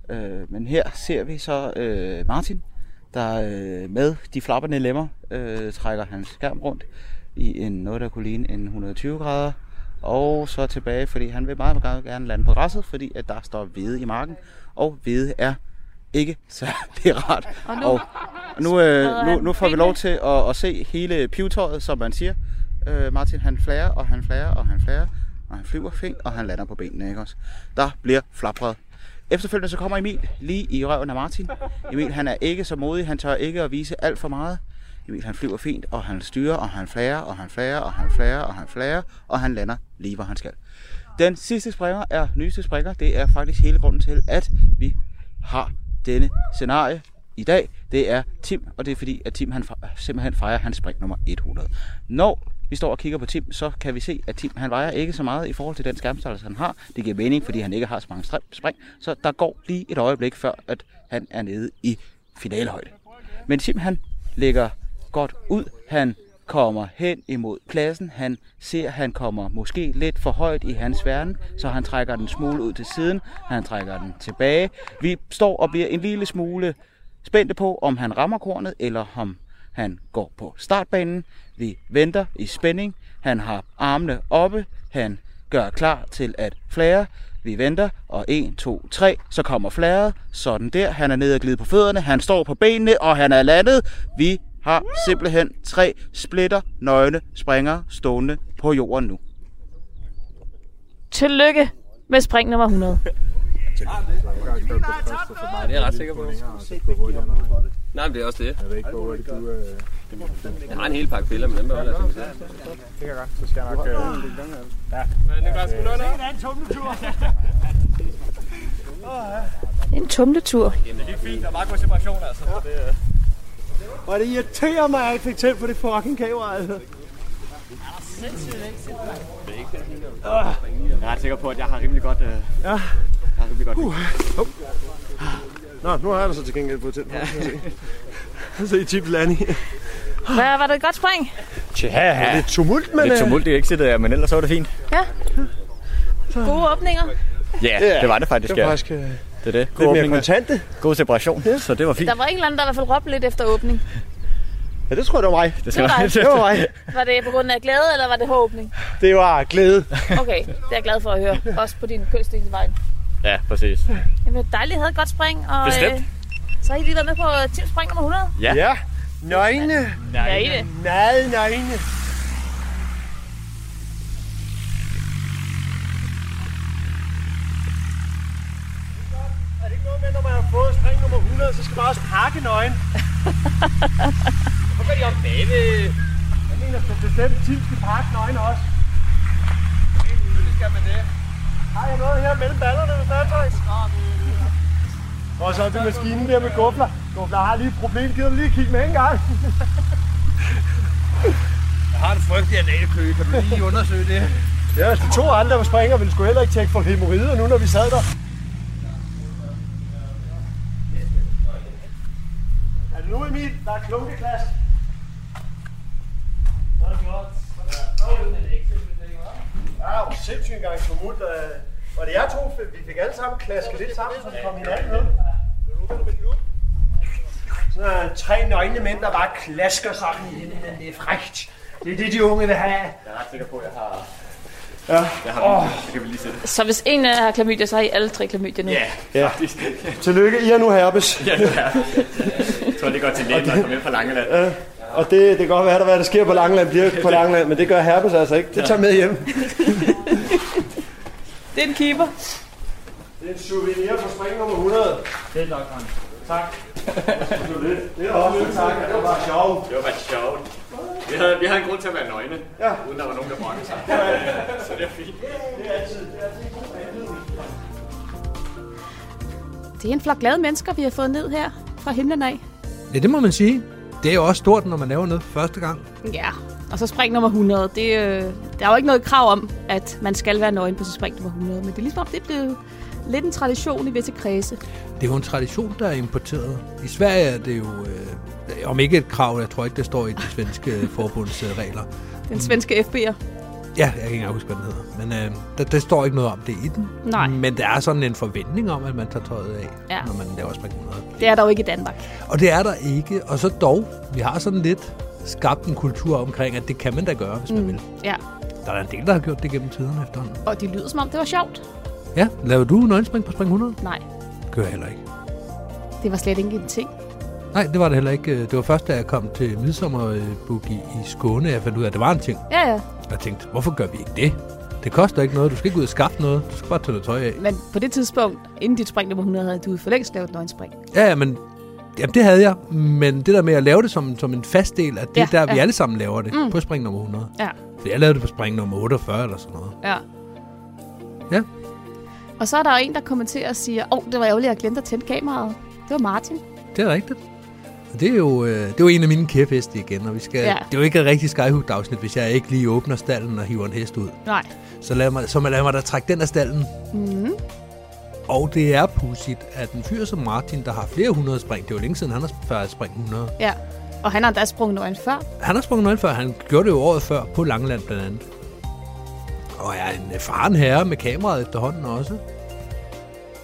ja. Øh, men her ser vi så øh, Martin, der øh, med de flappende lemmer øh, trækker hans skærm rundt i en noget, der kunne ligne en 120 grader. Og så tilbage, fordi han vil meget meget gerne lande på græsset, fordi at der står hvede i marken. Og hvede er ikke særlig rart. Og nu- og nu, øh, Spreder nu, han nu får vi lov til at, at se hele pivtøjet, som man siger. Øh, Martin han flager, og han flager, og han flager, og han flyver fint, og han lander på benene, ikke også? Der bliver flapret. Efterfølgende så kommer Emil lige i røven af Martin. Emil han er ikke så modig, han tør ikke at vise alt for meget. Emil han flyver fint, og han styrer, og han flager, og han flager, og han flager, og han flager, og han lander lige hvor han skal. Den sidste springer er nyeste springer. Det er faktisk hele grunden til, at vi har denne scenarie i dag. Det er Tim, og det er fordi, at Tim han fe- simpelthen fejrer hans spring nummer 100. Når vi står og kigger på Tim, så kan vi se, at Tim han vejer ikke så meget i forhold til den skærmstørrelse, han har. Det giver mening, fordi han ikke har så mange strip- spring. Så der går lige et øjeblik, før at han er nede i finalehøjde. Men Tim han lægger godt ud. Han kommer hen imod pladsen. Han ser, han kommer måske lidt for højt i hans verden, så han trækker den smule ud til siden. Han trækker den tilbage. Vi står og bliver en lille smule spændte på, om han rammer kornet, eller om han går på startbanen. Vi venter i spænding. Han har armene oppe. Han gør klar til at flære. Vi venter, og 1, 2, 3, så kommer flæret. Sådan der. Han er nede og glide på fødderne. Han står på benene, og han er landet. Vi har simpelthen tre splitter nøgne springer stående på jorden nu. Tillykke med spring nummer 100. Ja, det er jeg ret sikker på. Nej, men det er også det. Jeg ved ikke, hvor hurtigt du... Jeg har en hel pakke piller, men dem beholder jeg. sådan set. Det kan godt, så skal jeg nok... Øh... Ja. Men det var sgu noget, Det er en tumletur. En tumletur. Jamen, det er fint. Der er meget god separation, altså. Ja. Det, øh... Og det irriterer mig, at jeg ikke fik tændt på det fucking kamera. Altså. Jeg er ret sikker på, at jeg har rimelig godt... Øh, ja. Jeg har rimelig godt... Uh. Nå, nu har jeg da så til gengæld fået tændt på. Ja. så i tip lande i. Hvad var det et godt spring? Tja, ja. Lidt tumult, men, Lidt øh, tumult i exitet, ja, men ellers så var det fint. Ja. Gode åbninger. Ja, Ja, det var det faktisk, det var ja. faktisk, øh, det er det. mere kontante. God separation, ja. så det var fint. Der var en eller anden, der i hvert fald råbte lidt efter åbning. Ja, det tror jeg, det var mig. Det, skal dig. det var mig. Var det på grund af glæde, eller var det håbning? Det var glæde. Okay, det er jeg glad for at høre. Også på din kønsdelsvej. Ja, præcis. Jamen, dejligt. I havde et godt spring. Og, øh, Bestemt. så har I lige været med på teamspring nummer 100. Ja. ja. Nøgne. Nøgne. Nej, nøgne. Er det ikke noget med, når man har fået spring nummer 100, så skal man også pakke nøgen? Hvorfor gør de om bagved? Jeg mener, at bestemt team skal pakke nøgen også. Selvfølgelig skal man det. Har jeg noget her mellem ballerne, hvis der er tøjs? Og så er det maskinen der med gufler. Gufler har lige et problem. Gider du lige kigge med en gang? Jeg har en frygtelig analkø. Kan du lige undersøge det? Ja, de to andre der springer ville sgu heller ikke tjekke for hemorrider nu, når vi sad der. Er det nu, Emil? Der er klunkeklas. Så er det godt. Ja, hvor sindssygt engang Klumut. øh, Var det jer to? Vi fik alle sammen klasket lidt sammen, så vi kom hinanden med. Sådan er tre nøgne mænd, der bare klasker sammen i hinanden. Det er frægt. Det er det, de unge vil have. Jeg er ret sikker på, at jeg har... Ja. Jeg Åh. Så kan vi lige se det. Så hvis en af jer har klamydia, så har I alle tre klamydia nu. Ja. Ja. Tillykke, I er nu herpes. Ja, ja. Jeg tror, det går til lægen, når jeg kommer hjem fra Langeland. Ja. Og det, det kan godt være, at hvad der sker på Langeland, bliver på Langeland, men det gør herpes altså ikke. Det tager med hjem. Det er en keeper. Det er en souvenir fra spring nummer 100. Det er nok, Tak. Det er også lidt tak. Det var bare sjovt. Det var bare sjovt. Vi havde, vi havde en grund til at være nøgne, ja. uden der var nogen, der brokkede sig. Så det er fint. Det er en flok glade mennesker, vi har fået ned her fra himlen af. Ja, det må man sige. Det er jo også stort, når man laver noget første gang. Ja, og så spring nummer 100. Det, øh, der er jo ikke noget krav om, at man skal være nøgen på sin spring nummer 100, men det er ligesom om, det er blevet lidt en tradition i visse kredse. Det er jo en tradition, der er importeret. I Sverige er det jo, øh, om ikke et krav, jeg tror ikke, det står i de svenske forbunds øh, regler. Den svenske FB'er. Ja, jeg kan ikke engang huske, hvad den hedder. Men øh, der, der står ikke noget om det i den. Nej. Men der er sådan en forventning om, at man tager tøjet af, Ja. når man laver spring 100. Det er der jo ikke i Danmark. Og det er der ikke. Og så dog, vi har sådan lidt skabt en kultur omkring, at det kan man da gøre, hvis mm. man vil. Ja, Der er en del, der har gjort det gennem tiderne efterhånden. og det lyder som om, det var sjovt. Ja, laver du nøgenspring på spring 100? Nej, Gør jeg heller ikke. det var slet ikke en ting. Nej, det var det heller ikke. Det var først, da jeg kom til midsommerbugi i Skåne, jeg fandt ud af, at det var en ting. Ja, ja. Jeg tænkte, hvorfor gør vi ikke det? Det koster ikke noget. Du skal ikke ud og skaffe noget. Du skal bare tage noget tøj af. Men på det tidspunkt, inden dit spring nummer 100, havde du for længst lavet et nøgenspring. Ja, ja, men jamen, det havde jeg. Men det der med at lave det som, som en fast del af det, Ja, ja, der vi ja. alle sammen laver det Mm. mm. på spring nummer 100. Ja, Fordi jeg lavede det på spring nummer 48 eller sådan noget. ja. Ja. Og så er der jo en, der kommenterer og siger, åh, oh, det var ærgerligt, at jeg glemte at tænde kameraet. Det var Martin. Det er rigtigt. Og det er jo, øh, det er jo en af mine kæpheste igen, og vi skal, Ja. ja. det er jo ikke et rigtigt skyhook-afsnit, hvis jeg ikke lige åbner stallen og hiver en hest ud. Nej. Så lad mig, så lad mig da trække den af stallen. Mm. Og det er pudsigt, at en fyr som Martin, der har flere hundrede spring, det er jo længe siden, han har sp- før springet 100. Ja, og han har endda sprunget nøgen før. Han har sprunget nøgen før, han gjorde det jo året før på Langeland blandt andet. Og er en øh, faren herre med kameraet efterhånden også.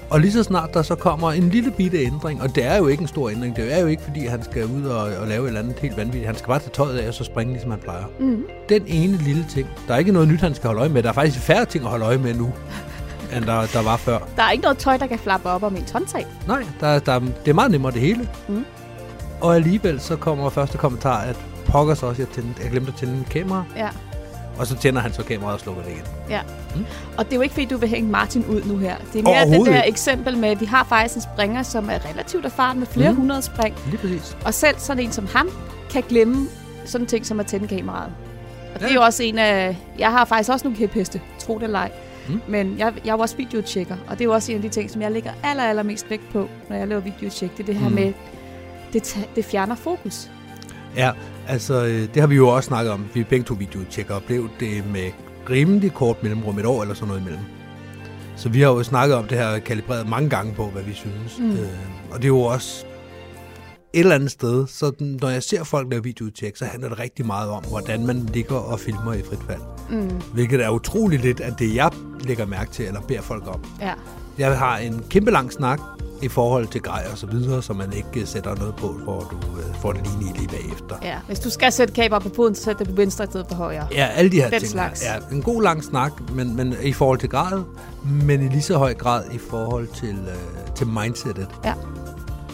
Og lige så snart der så kommer en lille bitte ændring, og det er jo ikke en stor ændring, det er jo ikke fordi, han skal ud og, og lave et eller andet helt vanvittigt. Han skal bare tage tøjet af og så springe, ligesom han plejer. Mm. Den ene lille ting, der er ikke noget nyt, han skal holde øje med. Der er faktisk færre ting at holde øje med nu, end der, der var før. Der er ikke noget tøj, der kan flappe op om en håndtag. Nej, der, der, det er meget nemmere det hele. Mm. Og alligevel så kommer første kommentar, at pokker så også, jeg, tændte, jeg glemte at tænde mit kamera. Ja, Og så tænder han så kameraet og slukker det igen. ja. Mm. Og det er jo ikke, fordi du vil hænge Martin ud nu her. Det er mere det Overhovedet der ikke. eksempel med, at vi har faktisk en springer, som er relativt erfaren med flere mm. Mm. hundrede spring. Lige præcis. Og selv sådan en som ham kan glemme sådan ting som at tænde kameraet. Og det er jo også en af... Jeg har faktisk også nogle kæpheste, tro det eller ej. Mm. Mm. Men jeg, jeg er jo også videotjekker, og det er jo også en af de ting, som jeg lægger aller, allermest vægt på, når jeg laver videotjek. Det er det her mm. Mm. med, det, ta- det fjerner fokus. Ja, altså øh, det har vi jo også snakket om. Vi begge to videotjekker og blev det med rimelig kort mellemrum, et år eller sådan noget imellem. Så vi har jo snakket om det her kalibreret mange gange på, hvad vi synes. Mm. Øh, og det er jo også et eller andet sted, så den- når jeg ser folk lave videotjek, så handler det rigtig meget om, hvordan man ligger og filmer i frit fald. Mm. Hvilket er utroligt lidt af det, jeg lægger mærke til eller beder folk om. Ja. Jeg har en kæmpe lang snak i forhold til grej og så videre, så man ikke øh, sætter noget på, hvor du øh, får det lige lige bagefter. Ja, hvis du skal sætte kabler på puden, så sæt det på venstre i stedet for højre. Ja, alle de her Den ting. slags. her. Ja, en god lang snak, men, men i forhold til grad, men i lige så høj grad i forhold til, øh, til mindsetet. Ja.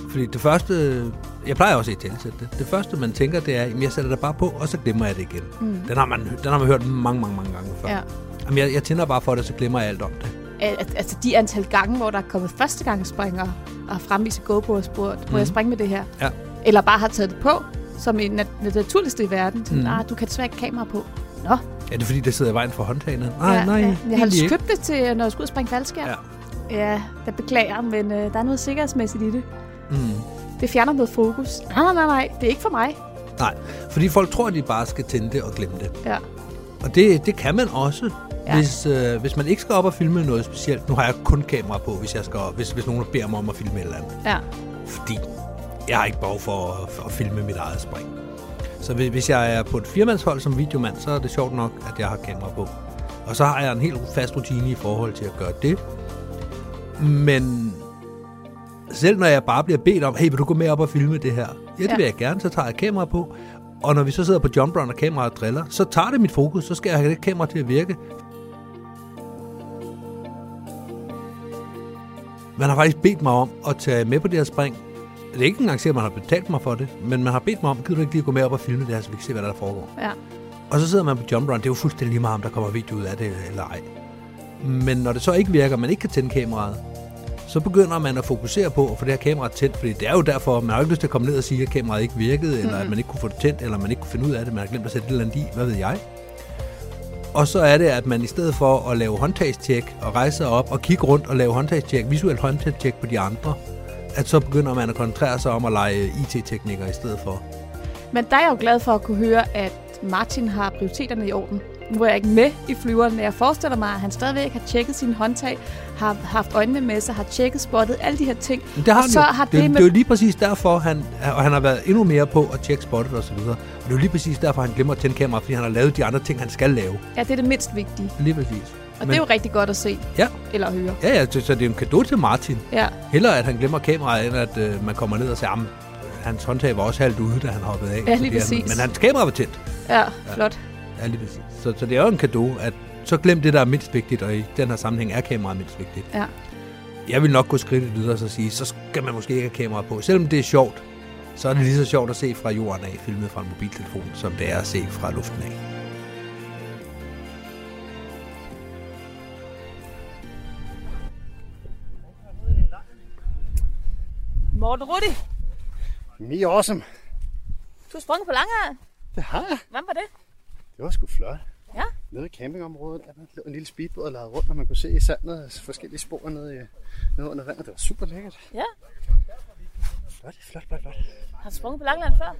Fordi det første, jeg plejer også ikke at tilsætte det, det første man tænker, det er, at jeg sætter det bare på, og så glemmer jeg det igen. Mm. Den, har man, den har man hørt mange, mange, mange gange før. Ja. Jamen, jeg, jeg tænder bare for det, så glemmer jeg alt om det. Al- al- Altså de antal gange, hvor der er kommet første gang springer og fremviser GoPro og spurgt, må Mhm. jeg springe med det her? Ja. Eller bare har taget det på, som en nat- det naturligste i verden. Sådan, Mhm. ah, du kan desværre ikke kamera på. Nå, Er det fordi, det sidder i vejen for håndtagene? Nej, ja, nej. Jeg har egentlig ikke. købt det til, når jeg skulle ud og springe faldskærm. Ja. ja, der beklager, men øh, der er noget sikkerhedsmæssigt i det. Mm. Det fjerner noget fokus. Nej, nej, nej, nej, det er ikke for mig. Nej, fordi folk tror, at de bare skal tænde det og glemme det. Ja. Og det, det kan man også, Ja. ja. hvis, øh, hvis man ikke skal op og filme noget specielt. Nu har jeg kun kamera på, hvis, jeg skal op, hvis, hvis nogen beder mig om at filme et eller andet. Ja. Fordi jeg har ikke behov for at, for at filme mit eget spring. Så hvis, hvis jeg er på et firmandshold som videomand, så er det sjovt nok, at jeg har kamera på. Og så har jeg en helt fast rutine i forhold til at gøre det. Men selv når jeg bare bliver bedt om, hey, vil du gå med op og filme det her? Ja, det Ja. ja. vil jeg gerne, så tager jeg et kamera på. Og når vi så sidder på jump run og kameraet driller, så tager det mit fokus, så skal jeg have det kamera til at virke. Man har faktisk bedt mig om at tage med på det her spring. Det er ikke engang sikkert, at man har betalt mig for det, men man har bedt mig om, gider du ikke lige gå med op og filme det her, så vi kan se, hvad der foregår. Ja. Og så sidder man på jump run, det er jo fuldstændig lige meget, om der kommer video ud af det eller ej. Men når det så ikke virker, og man ikke kan tænde kameraet, så begynder man at fokusere på at få det her kamera tændt, fordi det er jo derfor, man har jo ikke lyst til at komme ned og sige, at kameraet ikke virkede, eller at man ikke kunne få det tændt, eller man ikke kunne finde ud af det, man har glemt at sætte et eller andet i, hvad ved jeg. Og så er det, at man i stedet for at lave håndtagstjek og rejse sig op og kigge rundt og lave håndtagstjek, visuelt håndtagstjek på de andre, at så begynder man at koncentrere sig om at lege IT-tekniker i stedet for. Men der er jeg jo glad for at kunne høre, at Martin har prioriteterne i orden. Nu er jeg ikke med i flyveren, men jeg forestiller mig, at han stadigvæk har tjekket sine håndtag, har haft øjnene med sig, har tjekket spottet, alle de her ting. Men det har og han så jo. har det, det, er- med... det er jo lige præcis derfor, han, og han har været endnu mere på at tjekke spottet og så videre. Og det er jo lige præcis derfor, han glemmer at tænde kameraet, fordi han har lavet de andre ting, han skal lave. Ja, det er det mindst vigtige. Lige præcis. Og Men... det er jo rigtig godt at se Ja, eller høre. ja, ja så, så det er jo en gave til Martin. Ja. Hellere, at han glemmer kameraet, end at øh, man kommer ned og siger, "Jamen, hans håndtag var også halvt ude, da han hoppede af. Ja, lige Så det er- præcis. Men hans kamera var tændt. Ja, flot. Ja, lige præcis. Så, så det er jo en gave, at så glem det, der er mindst vigtigt, og i den her sammenhæng er kameraet mindst vigtigt. Ja. Jeg vil nok gå skridtet videre og så sige, så skal man måske ikke have kamera på. Selvom det er sjovt, så er det lige så sjovt at se fra jorden af, filmet fra en mobiltelefon, som det er at se fra luften af. Morten Rudi, Me awesome. du har sprunget på langere. Det har jeg. Hvordan var det? Det var sgu flot. Ja. Nede i campingområdet, der lå en lille speedbåd og lavede rundt, og man kunne se i sandet og forskellige spor nede, i, nede under vandet. Det var super lækkert. Ja. Flot, flot, flot, flot. Har du sprunget på langland før?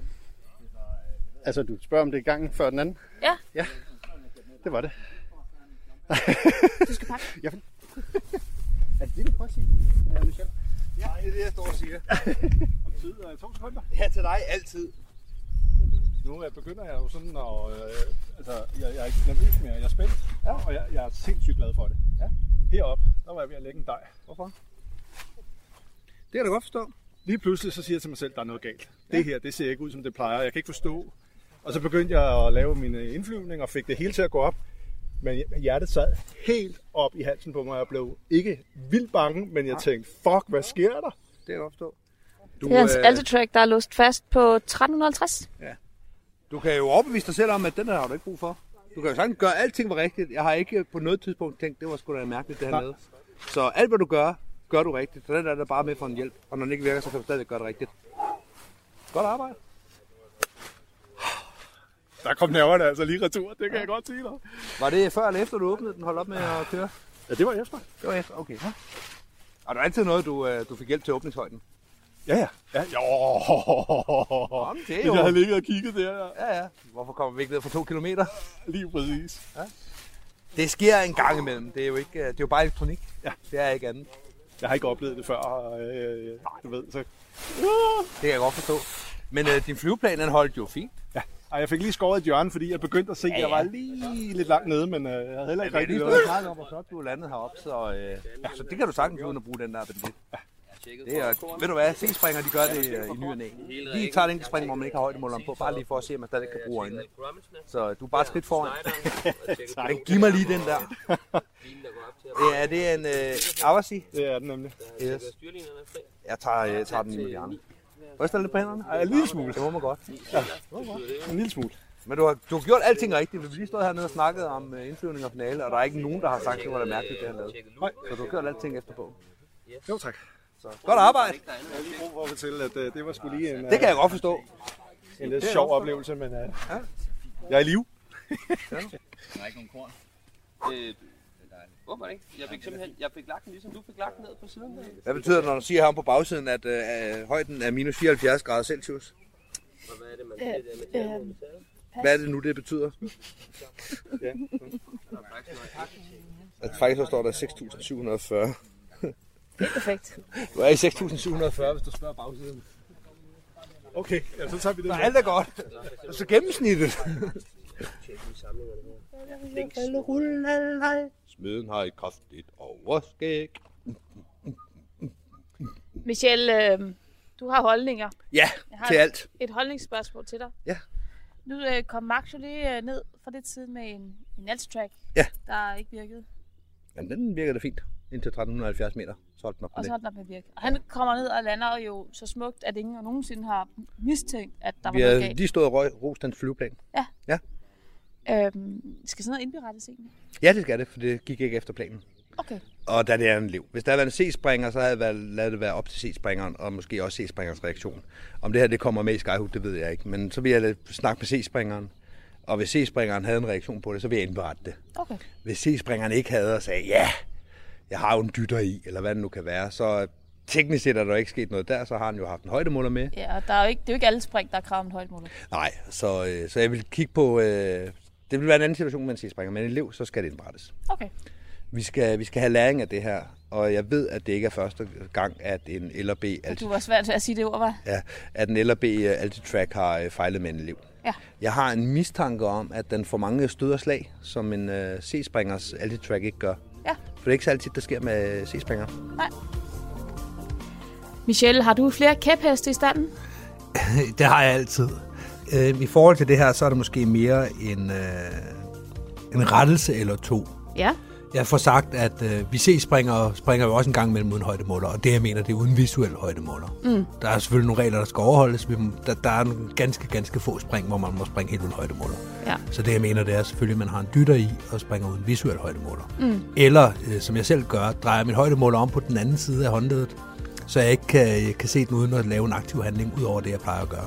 Altså, du spørger, om det er gangen før den anden? Ja. Ja, det var det. Du skal pakke. Ja. Er det det, du prøver at sige, ja, Michelle? Ja, det er det, jeg står og siger. Om tid og to sekunder? Ja, til dig altid. Nu øh, begynder jeg jo sådan, og øh, altså, jeg, jeg er ikke nervøs mere, jeg er spændt, ja. og jeg, jeg er sindssygt glad for det. Ja. Heroppe, der var jeg ved at lægge en dej. Hvorfor? Det kan jeg da godt forstå. Lige pludselig så siger jeg til mig selv, der er noget galt. Ja. Det her, det ser ikke ud, som det plejer, jeg kan ikke forstå. Og så begyndte jeg at lave mine indflyvninger, og fik det hele til at gå op. Men hjertet sad helt op i halsen på mig, og jeg blev ikke vildt bange, men jeg tænkte, fuck, hvad sker der? Det kan jeg godt forstå. Du, det er hans altså, øh, altitrack, der er låst fast på 1350. Ja. Du kan jo overbevise dig selv om, at den der har du ikke brug for. Du kan jo sagtens gøre, at alting var rigtigt. Jeg har ikke på noget tidspunkt tænkt, det var sgu da mærkeligt, det Nej. her med. Så alt, hvad du gør, gør du rigtigt. Så den der er der bare med for en hjælp. Og når den ikke virker, så kan du stadig gøre det rigtigt. Godt arbejde. Der kom nerverne altså lige retur, det kan jeg godt sige dig. Var det før eller efter, du åbnede den? Hold op med at køre. Ja, det var efter. Det var efter, okay. Ja. Og der er altid noget, du, øh, du fik hjælp til åbningshøjden. Ja, ja. ja jo. Jamen, det er Hvis jo- Jeg havde ligget og kigget der. Ja, ja. Hvorfor kommer vi ikke ned for to kilometer? Lige præcis. Ja. Det sker en gang imellem. Det er jo, ikke, øh, det er jo bare elektronik. Ja. Det er ikke andet. Jeg har ikke oplevet det før, og, øh, du ved, så... Det kan jeg godt forstå. Men øh, din flyveplan, den holdt jo fint. Ja. Ej, jeg fik lige skåret et hjørne, fordi jeg begyndte at se, at Ja, jeg var ja. lige lidt langt nede, men øh, jeg havde heller ikke Ja, det er rigtig lige noget. blevet meget om, hvor flot du er landet heroppe, så, øh, ja. så det kan du sagtens uden at bruge den der appetit. Det er, ved du hvad, senspringer de gør det øh, i ny og næ. De tager den spring, hvor man ikke har højdemåleren på, bare lige for at se, om man stadig kan bruge øjnene. Så øh, du er bare et skridt foran. tak. Giv mig lige den der. ja, er det en øh, Avasi? Det er den nemlig. Yes. Jeg tager, jeg tager den lige med de andre. Ryster lidt på hænderne? Ja, en lille smule. Det må man godt. Ja. En lille smule. Men du har, du har gjort alting rigtigt. Vi har lige stået hernede og snakket om øh, indflyvning og finale, og der er ikke nogen, der har sagt, det var da mærkeligt, det han lavede. Så du har gjort alting efter bogen. Jo tak. Så. Godt arbejde. Jeg har lige brug for at fortælle, at øh, det var sgu lige en... øh, Det kan jeg godt forstå. En lidt Det er sjov også- oplevelse, men øh, Ja. jeg er i live. Der er ikke nogen korn. Øh, Hvorfor ikke? Jeg fik simpelthen, jeg fik lagt den, ligesom du fik lagt den ned på siden. Der. Hvad betyder det, når du siger herom på bagsiden, at øh, højden er minus 74 grader Celsius? Hvad er det, man Øh, Hvad er det nu, det betyder? Ja. At faktisk så står der 6.740. Perfekt. Du er i 6.740, hvis du spørger bagsiden. Okay, ja, så tager vi det. Så alt er godt. Og så gennemsnittet. Smeden har et kraftigt overskæg. Michelle, øh, du har holdninger. Ja, Jeg har til et- alt. Et holdningsspørgsmål til dig. Ja. Nu øh, kom Max jo lige øh, ned fra det tid med en, en alt-track, Ja. der ikke virkede. Jamen, den virker da fint. Indtil 1370 meter, så holdt den op på Og så net. har den op med virke. Og han kommer ned og lander jo så smukt, at ingen nogensinde har mistænkt, at der var Vi noget har galt. lige stået og røg, rost hans flyveplan. Ja. Ja. Øhm, skal sådan noget indberettes egentlig? Ja, det skal det, for det gik ikke efter planen. Okay. Og da det er en liv. Hvis der havde været en C-springer, så havde jeg været, ladet det være op til C-springeren, og måske også C-springerens reaktion. Om det her det kommer med i Skyhook, det ved jeg ikke. Men så vil jeg lade- snakke med C-springeren. Og hvis C-springeren havde en reaktion på det, så vil jeg indberette det. Okay. Hvis C-springeren ikke havde og sagde, ja, jeg har jo en dytter i, eller hvad det nu kan være, så teknisk set er der jo ikke sket noget der, så har han jo haft en højdemåler med. Ja, og der er jo ikke, det er jo ikke alle spring, der kræver en højdemåler. Nej, så, øh, så jeg vil kigge på... Øh, det vil være en anden situation med en C-springer, men en elev, så skal det indberettes. Okay. Vi skal, vi skal have læring af det her, og jeg ved, at det ikke er første gang, at en L og B, Og altid, du var svært ved at sige det ord, var? ja, at en L og B Altitrack har øh, fejlet med en elev. Ja. Jeg har en mistanke om, at den får mange stød og slag, som en øh, C-springers Altitrack ikke gør. Ja. For det er ikke så altid, der sker med C-springere. Nej. Michelle, har du flere kæpheste i standen? det har jeg altid. Øh, I forhold til det her, så er det måske mere en, øh, en rettelse eller to. Ja. Jeg får sagt, at øh, vi ses springer, springer jo også en gang imellem uden højdemåler, og det jeg mener, det er uden visuel højdemåler. Mm. Der er selvfølgelig nogle regler, der skal overholdes, men der, der er nogle ganske, ganske få spring, hvor man må springe helt uden højdemåler. Ja. Så det jeg mener, det er selvfølgelig, at man har en dytter i og springer uden visuel højdemåler. Mm. Eller, øh, som jeg selv gør, drejer min højdemåler om på den anden side af håndledet, så jeg ikke kan, øh, kan se den uden at lave en aktiv handling ud over det, jeg plejer at gøre.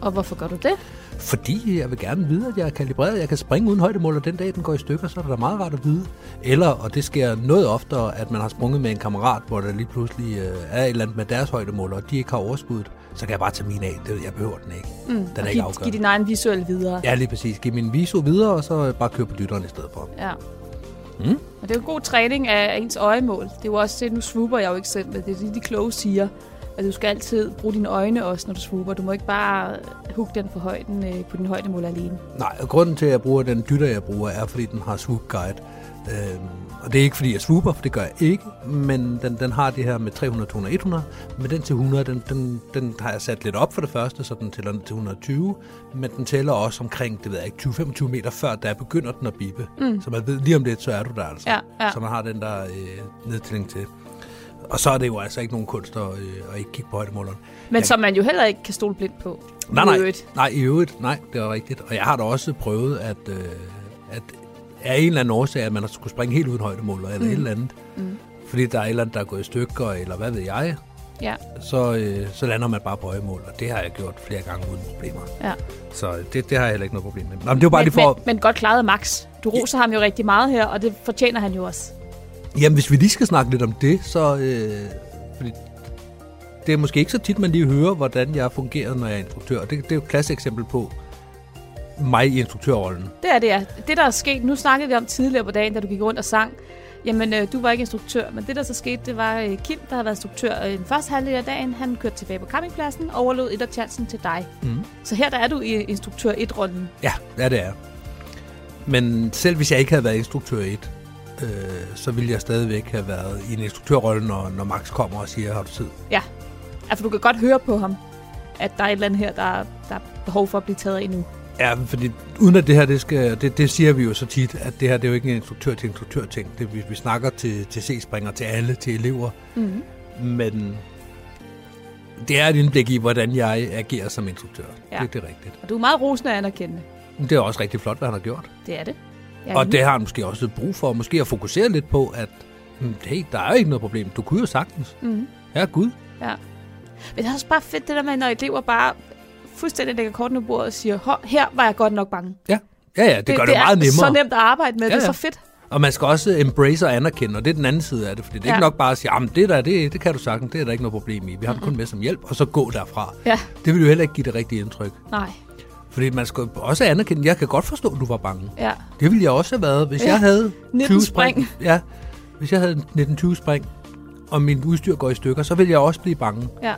Og hvorfor gør du det? Fordi jeg vil gerne vide, at jeg er kalibreret. Jeg kan springe uden højdemåler. Den dag, den går i stykker, så er det da meget rart at vide. Eller, og det sker noget oftere, at man har sprunget med en kammerat, hvor der lige pludselig øh, er et eller andet med deres højdemåler, og de ikke har overskuddet, så kan jeg bare tage min af. Det, jeg behøver den ikke. Den Mm. og er ikke giv, afgørende. giv din egen visuelle videre. Ja, lige præcis. Giv min viso videre, og så øh, bare køre på dytteren i stedet for. ja. Mm. Og det er jo en god træning af af ens øjemål. Det er jo også det, nu swooper jeg jo ikke selv, men det er det, de kloge siger. At du skal altid bruge dine øjne også, når du swooper. Du må ikke bare hugge den på højden øh, på din højdemål alene. Nej, og grunden til, at jeg bruger den dytter, jeg bruger, er, fordi den har swoop guide. Øhm, og det er ikke, fordi jeg swooper, for det gør jeg ikke, men den, den har det her med 300, 200, 100, men den til 100, den, den, den har jeg sat lidt op for det første, så den tæller ned til 120, men den tæller også omkring, det ved jeg ikke, 20-25 meter før, der begynder den at bippe. Mm. Så man ved lige om lidt, så er du der altså. Ja, ja. Så man har den der øh, nedtælling til. Og så er det jo altså ikke nogen kunst at, øh, at ikke kigge på højdemåleren. Men som man jo heller ikke kan stole blindt på. Nej, nej, I øvrigt. nej, i øvrigt, nej, det var rigtigt. Og jeg har da også prøvet, at, øh, at af en eller anden årsag, at man har skulle springe helt uden højdemåler eller Mm. mm. et eller andet, Mm. fordi der er et eller andet, der er gået i stykker, eller hvad ved jeg, Ja. så, øh, så lander man bare på højdemål, og det har jeg gjort flere gange uden problemer. Ja. Så øh, det, det har jeg heller ikke noget problem med. Nå, men det var bare men, lige for... men, men godt klaret af Max. Du roser ham jo rigtig meget her, og det fortjener han jo også. Jamen, hvis vi lige skal snakke lidt om det, så... Øh, fordi det er måske ikke så tit, man lige hører, hvordan jeg fungerer, når jeg er instruktør. Det, det er jo et klassisk eksempel på mig i instruktørrollen. Det er det, ja. Det, der er sket, nu snakkede vi om tidligere på dagen, da du gik rundt og sang. Jamen, øh, du var ikke instruktør, men det, der så skete, det var øh, Kim, der havde været instruktør øh, den første halvdel af dagen. Han kørte tilbage på campingpladsen og overlod et af chancen til dig. Mm. Så her der er du i instruktør 1-runden. Ja, ja, det er jeg. Men selv hvis jeg ikke havde været instruktør 1, øh, så ville jeg stadigvæk have været i en instruktørrolle, når, når Max kommer og siger, har du tid? Ja. Altså, du kan godt høre på ham, at der er et eller andet her, der, der er behov for at blive taget ind nu. Ja, fordi uden at det her, det, skal, det, det siger vi jo så tit, at det her det er jo ikke en instruktør til instruktør ting. Det, vi, vi snakker til, til C-springer, til alle, til elever. Mhm. Men det er et indblik i, hvordan jeg agerer som instruktør. Ja. Ja. Det, det er rigtigt. Og du er meget rosende og anerkendende. Men Det er også rigtig flot, hvad han har gjort. Det er det. Ja, og det har han måske også brug for, måske at fokusere lidt på, at "Hmm, hey, der er jo ikke noget problem. Du kunne jo sagtens. Mhm. Ja, Gud. Ja. Men det er også bare fedt, det der med, når elever bare fuldstændig lægger kortene på bordet og siger, "Hov, her var jeg godt nok bange. Ja, ja, ja det, det gør det, det meget er nemmere. så nemt at arbejde med. Ja, Ja, ja. Det er ja. så fedt. Og man skal også embrace og anerkende, og det er den anden side af det, fordi det er Ja. ikke nok bare at sige, jamen det der, det, det kan du sagtens, det er der ikke noget problem i, vi har det Mhm. kun med som hjælp, og så gå derfra. Ja. Det vil jo heller ikke give det rigtige indtryk. Nej. Fordi man skal også anerkende, jeg kan godt forstå, at du var bange. Ja. Det ville jeg også have været, hvis Ja. jeg havde 19 20 spring. Ja, hvis jeg havde 19-20 spring, og min udstyr går i stykker, så ville jeg også blive bange. Ja.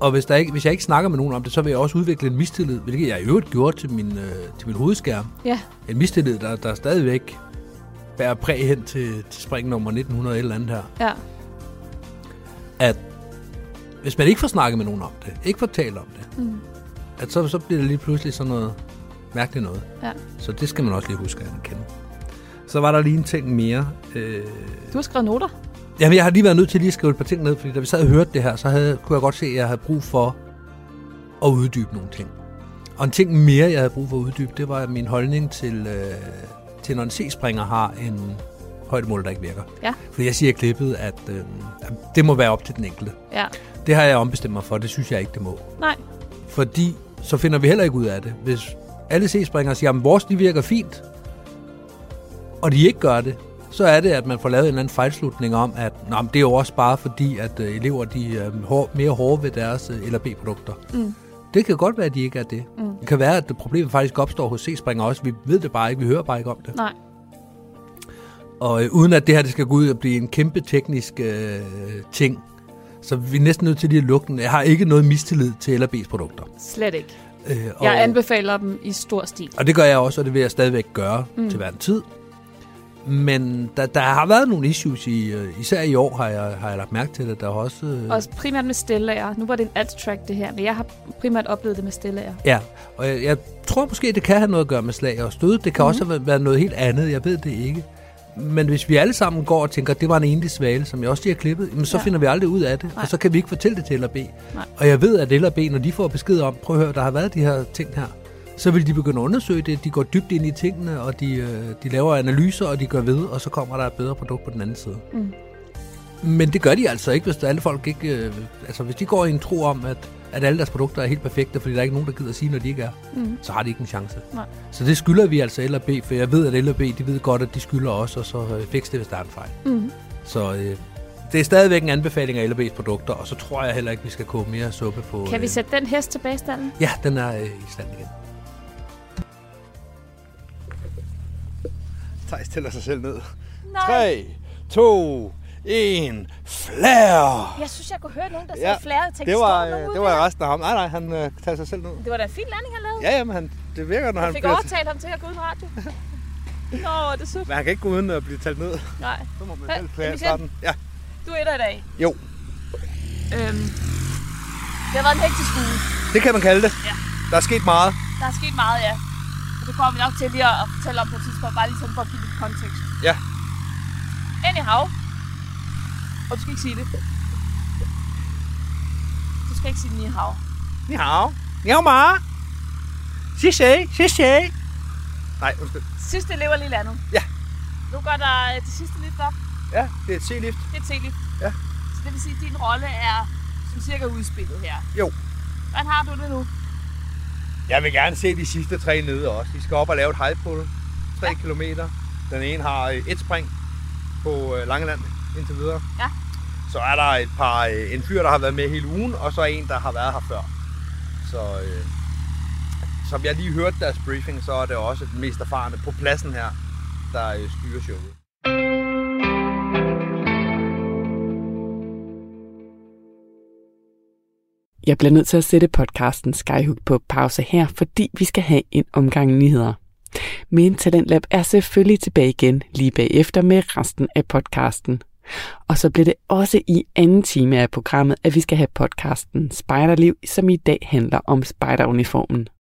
Og hvis, der ikke, hvis jeg ikke snakker med nogen om det, så vil jeg også udvikle en mistillid, hvilket jeg i øvrigt gjorde til min, øh, til min hovedskærm. Ja. En mistillid, der, der stadigvæk bærer præg hen til, til spring nummer 1900 eller andet her. Ja. At hvis man ikke får snakket med nogen om det, ikke får talt om det, Mm. at så, så bliver det lige pludselig sådan noget mærkeligt noget. Ja. Så det skal man også lige huske at anerkende. Så var der lige en ting mere. Øh, Du har skrevet noter. Jamen, jeg har lige været nødt til lige at skrive et par ting ned, fordi da vi sad og hørte det her, så havde, kunne jeg godt se, at jeg havde brug for at uddybe nogle ting. Og en ting mere, jeg havde brug for at uddybe, det var min holdning til, øh, til når en C-springer har en højdemål, der ikke virker. Ja. Fordi jeg siger i klippet, at øh, at det må være op til den enkelte. Ja. Det har jeg ombestemt mig for, det synes jeg ikke, det må. Nej. Fordi så finder vi heller ikke ud af det. Hvis alle C-springere siger, at vores de virker fint, og de ikke gør det, så er det, at man får lavet en eller anden fejlslutning om, at Nå, men det er jo også bare fordi, at øh, elever de er hår, mere hårde ved deres øh, LB-produkter. Mm. Det kan godt være, at de ikke er det. Mm. Det kan være, at problemet faktisk opstår hos C-springere også. Vi ved det bare ikke, vi hører bare ikke om det. Nej. Og øh, uden at det her det skal gå ud og blive en kæmpe teknisk øh, ting, så vi er næsten nødt til lige at lukke den. Jeg har ikke noget mistillid til LB's produkter. Slet ikke. Øh, Og... Jeg anbefaler dem i stor stil. og det gør jeg også, og det vil jeg stadigvæk gøre Mm. mm. til hver en tid. Men der, der har været nogle issues, i, øh, især i år har jeg, har jeg lagt mærke til det. Der er også... Øh, Også primært med stellager. Nu var det en alt-track, det her, men jeg har primært oplevet det med stellager. Ja, og jeg, jeg tror måske, det kan have noget at gøre med slag og stød. Det kan Mhm. mm. også have været noget helt andet, jeg ved det ikke. Men hvis vi alle sammen går og tænker, at det var en enlig svale, som jeg også lige har klippet, jamen, så Ja. ja. finder vi aldrig ud af det, Nej. og så kan vi ikke fortælle det til LRB. Nej. Og jeg ved, at LRB, når de får besked om, prøv at høre, der har været de her ting her, så vil de begynde at undersøge det. De går dybt ind i tingene, og de, øh, de laver analyser, og de gør ved, og så kommer der et bedre produkt på den anden side. Mm. Men det gør de altså ikke, hvis alle folk ikke... Øh, altså, hvis de går i en tro om, at, at alle deres produkter er helt perfekte, fordi der er ikke nogen, der gider at sige, når de ikke er, Mhm. mm. så har de ikke en chance. Nej. Så det skylder vi altså LRB, for jeg ved, at LRB, de ved godt, at de skylder os, og så øh, fikse det, hvis der er en fejl. Mhm. Så øh, det er stadigvæk en anbefaling af LRB's produkter, og så tror jeg heller ikke, vi skal koge mere suppe på... Kan vi øh, sætte den hest tilbage i stallen? Ja, den er øh, i stand igen. Thijs tæller sig selv ned. Nej. 3, 2, 1, flare! Jeg synes, jeg kunne høre nogen, der sagde flere. Jeg tænkte, det var, står der nogen øh, ude det der? var resten af ham. Nej, nej, han øh, tager sig selv ned. Det var da en fin landing, han lavede. Ja, jamen, han, det virker, når Jeg han fik bliver... overtalt ham til at gå ud i radio. Nå, hvor er det sødt. Men han kan ikke gå uden at blive talt ned. Nej. Så må man Hey, selv flare i Michelle, starten. Ja, Du er der i dag. jo. Øhm, det har været en hektisk uge. Det kan man kalde det. Ja. Der er sket meget. Der er sket meget, ja. Og det kommer vi nok til lige at at fortælle om på et tidspunkt, bare lige sådan for at give lidt kontekst. Ja. Anyhow. Og du skal ikke sige det. Du skal ikke sige ni hao. Ni hao. Ni hao ma. Xi xi, xi xi. Nej, undskyld. Sidste elever lige landet. Ja. Nu går der øh, det sidste lift op. Ja, det er et C-lift. Det er et lift Ja. Så det vil sige, at din rolle er som cirka udspillet her. Jo. Hvordan har du det nu? Jeg vil gerne se de sidste tre nede også. De skal op og lave et high pull. 3 ja. km. Den ene har øh, et spring på øh, Langeland indtil videre. Ja. Så er der et par, øh, en fyr, der har været med hele ugen, og så en, der har været her før. Så øh, som jeg lige hørte deres briefing, så er det også den mest erfarne på pladsen her, der øh, styrer showet. Jeg bliver nødt til at sætte podcasten Skyhook på pause her, fordi vi skal have en omgang nyheder. Men Talentlab er selvfølgelig tilbage igen lige bagefter med resten af podcasten. Og så bliver det også i anden time af programmet, at vi skal have podcasten Spejderliv, som i dag handler om spejderuniformen.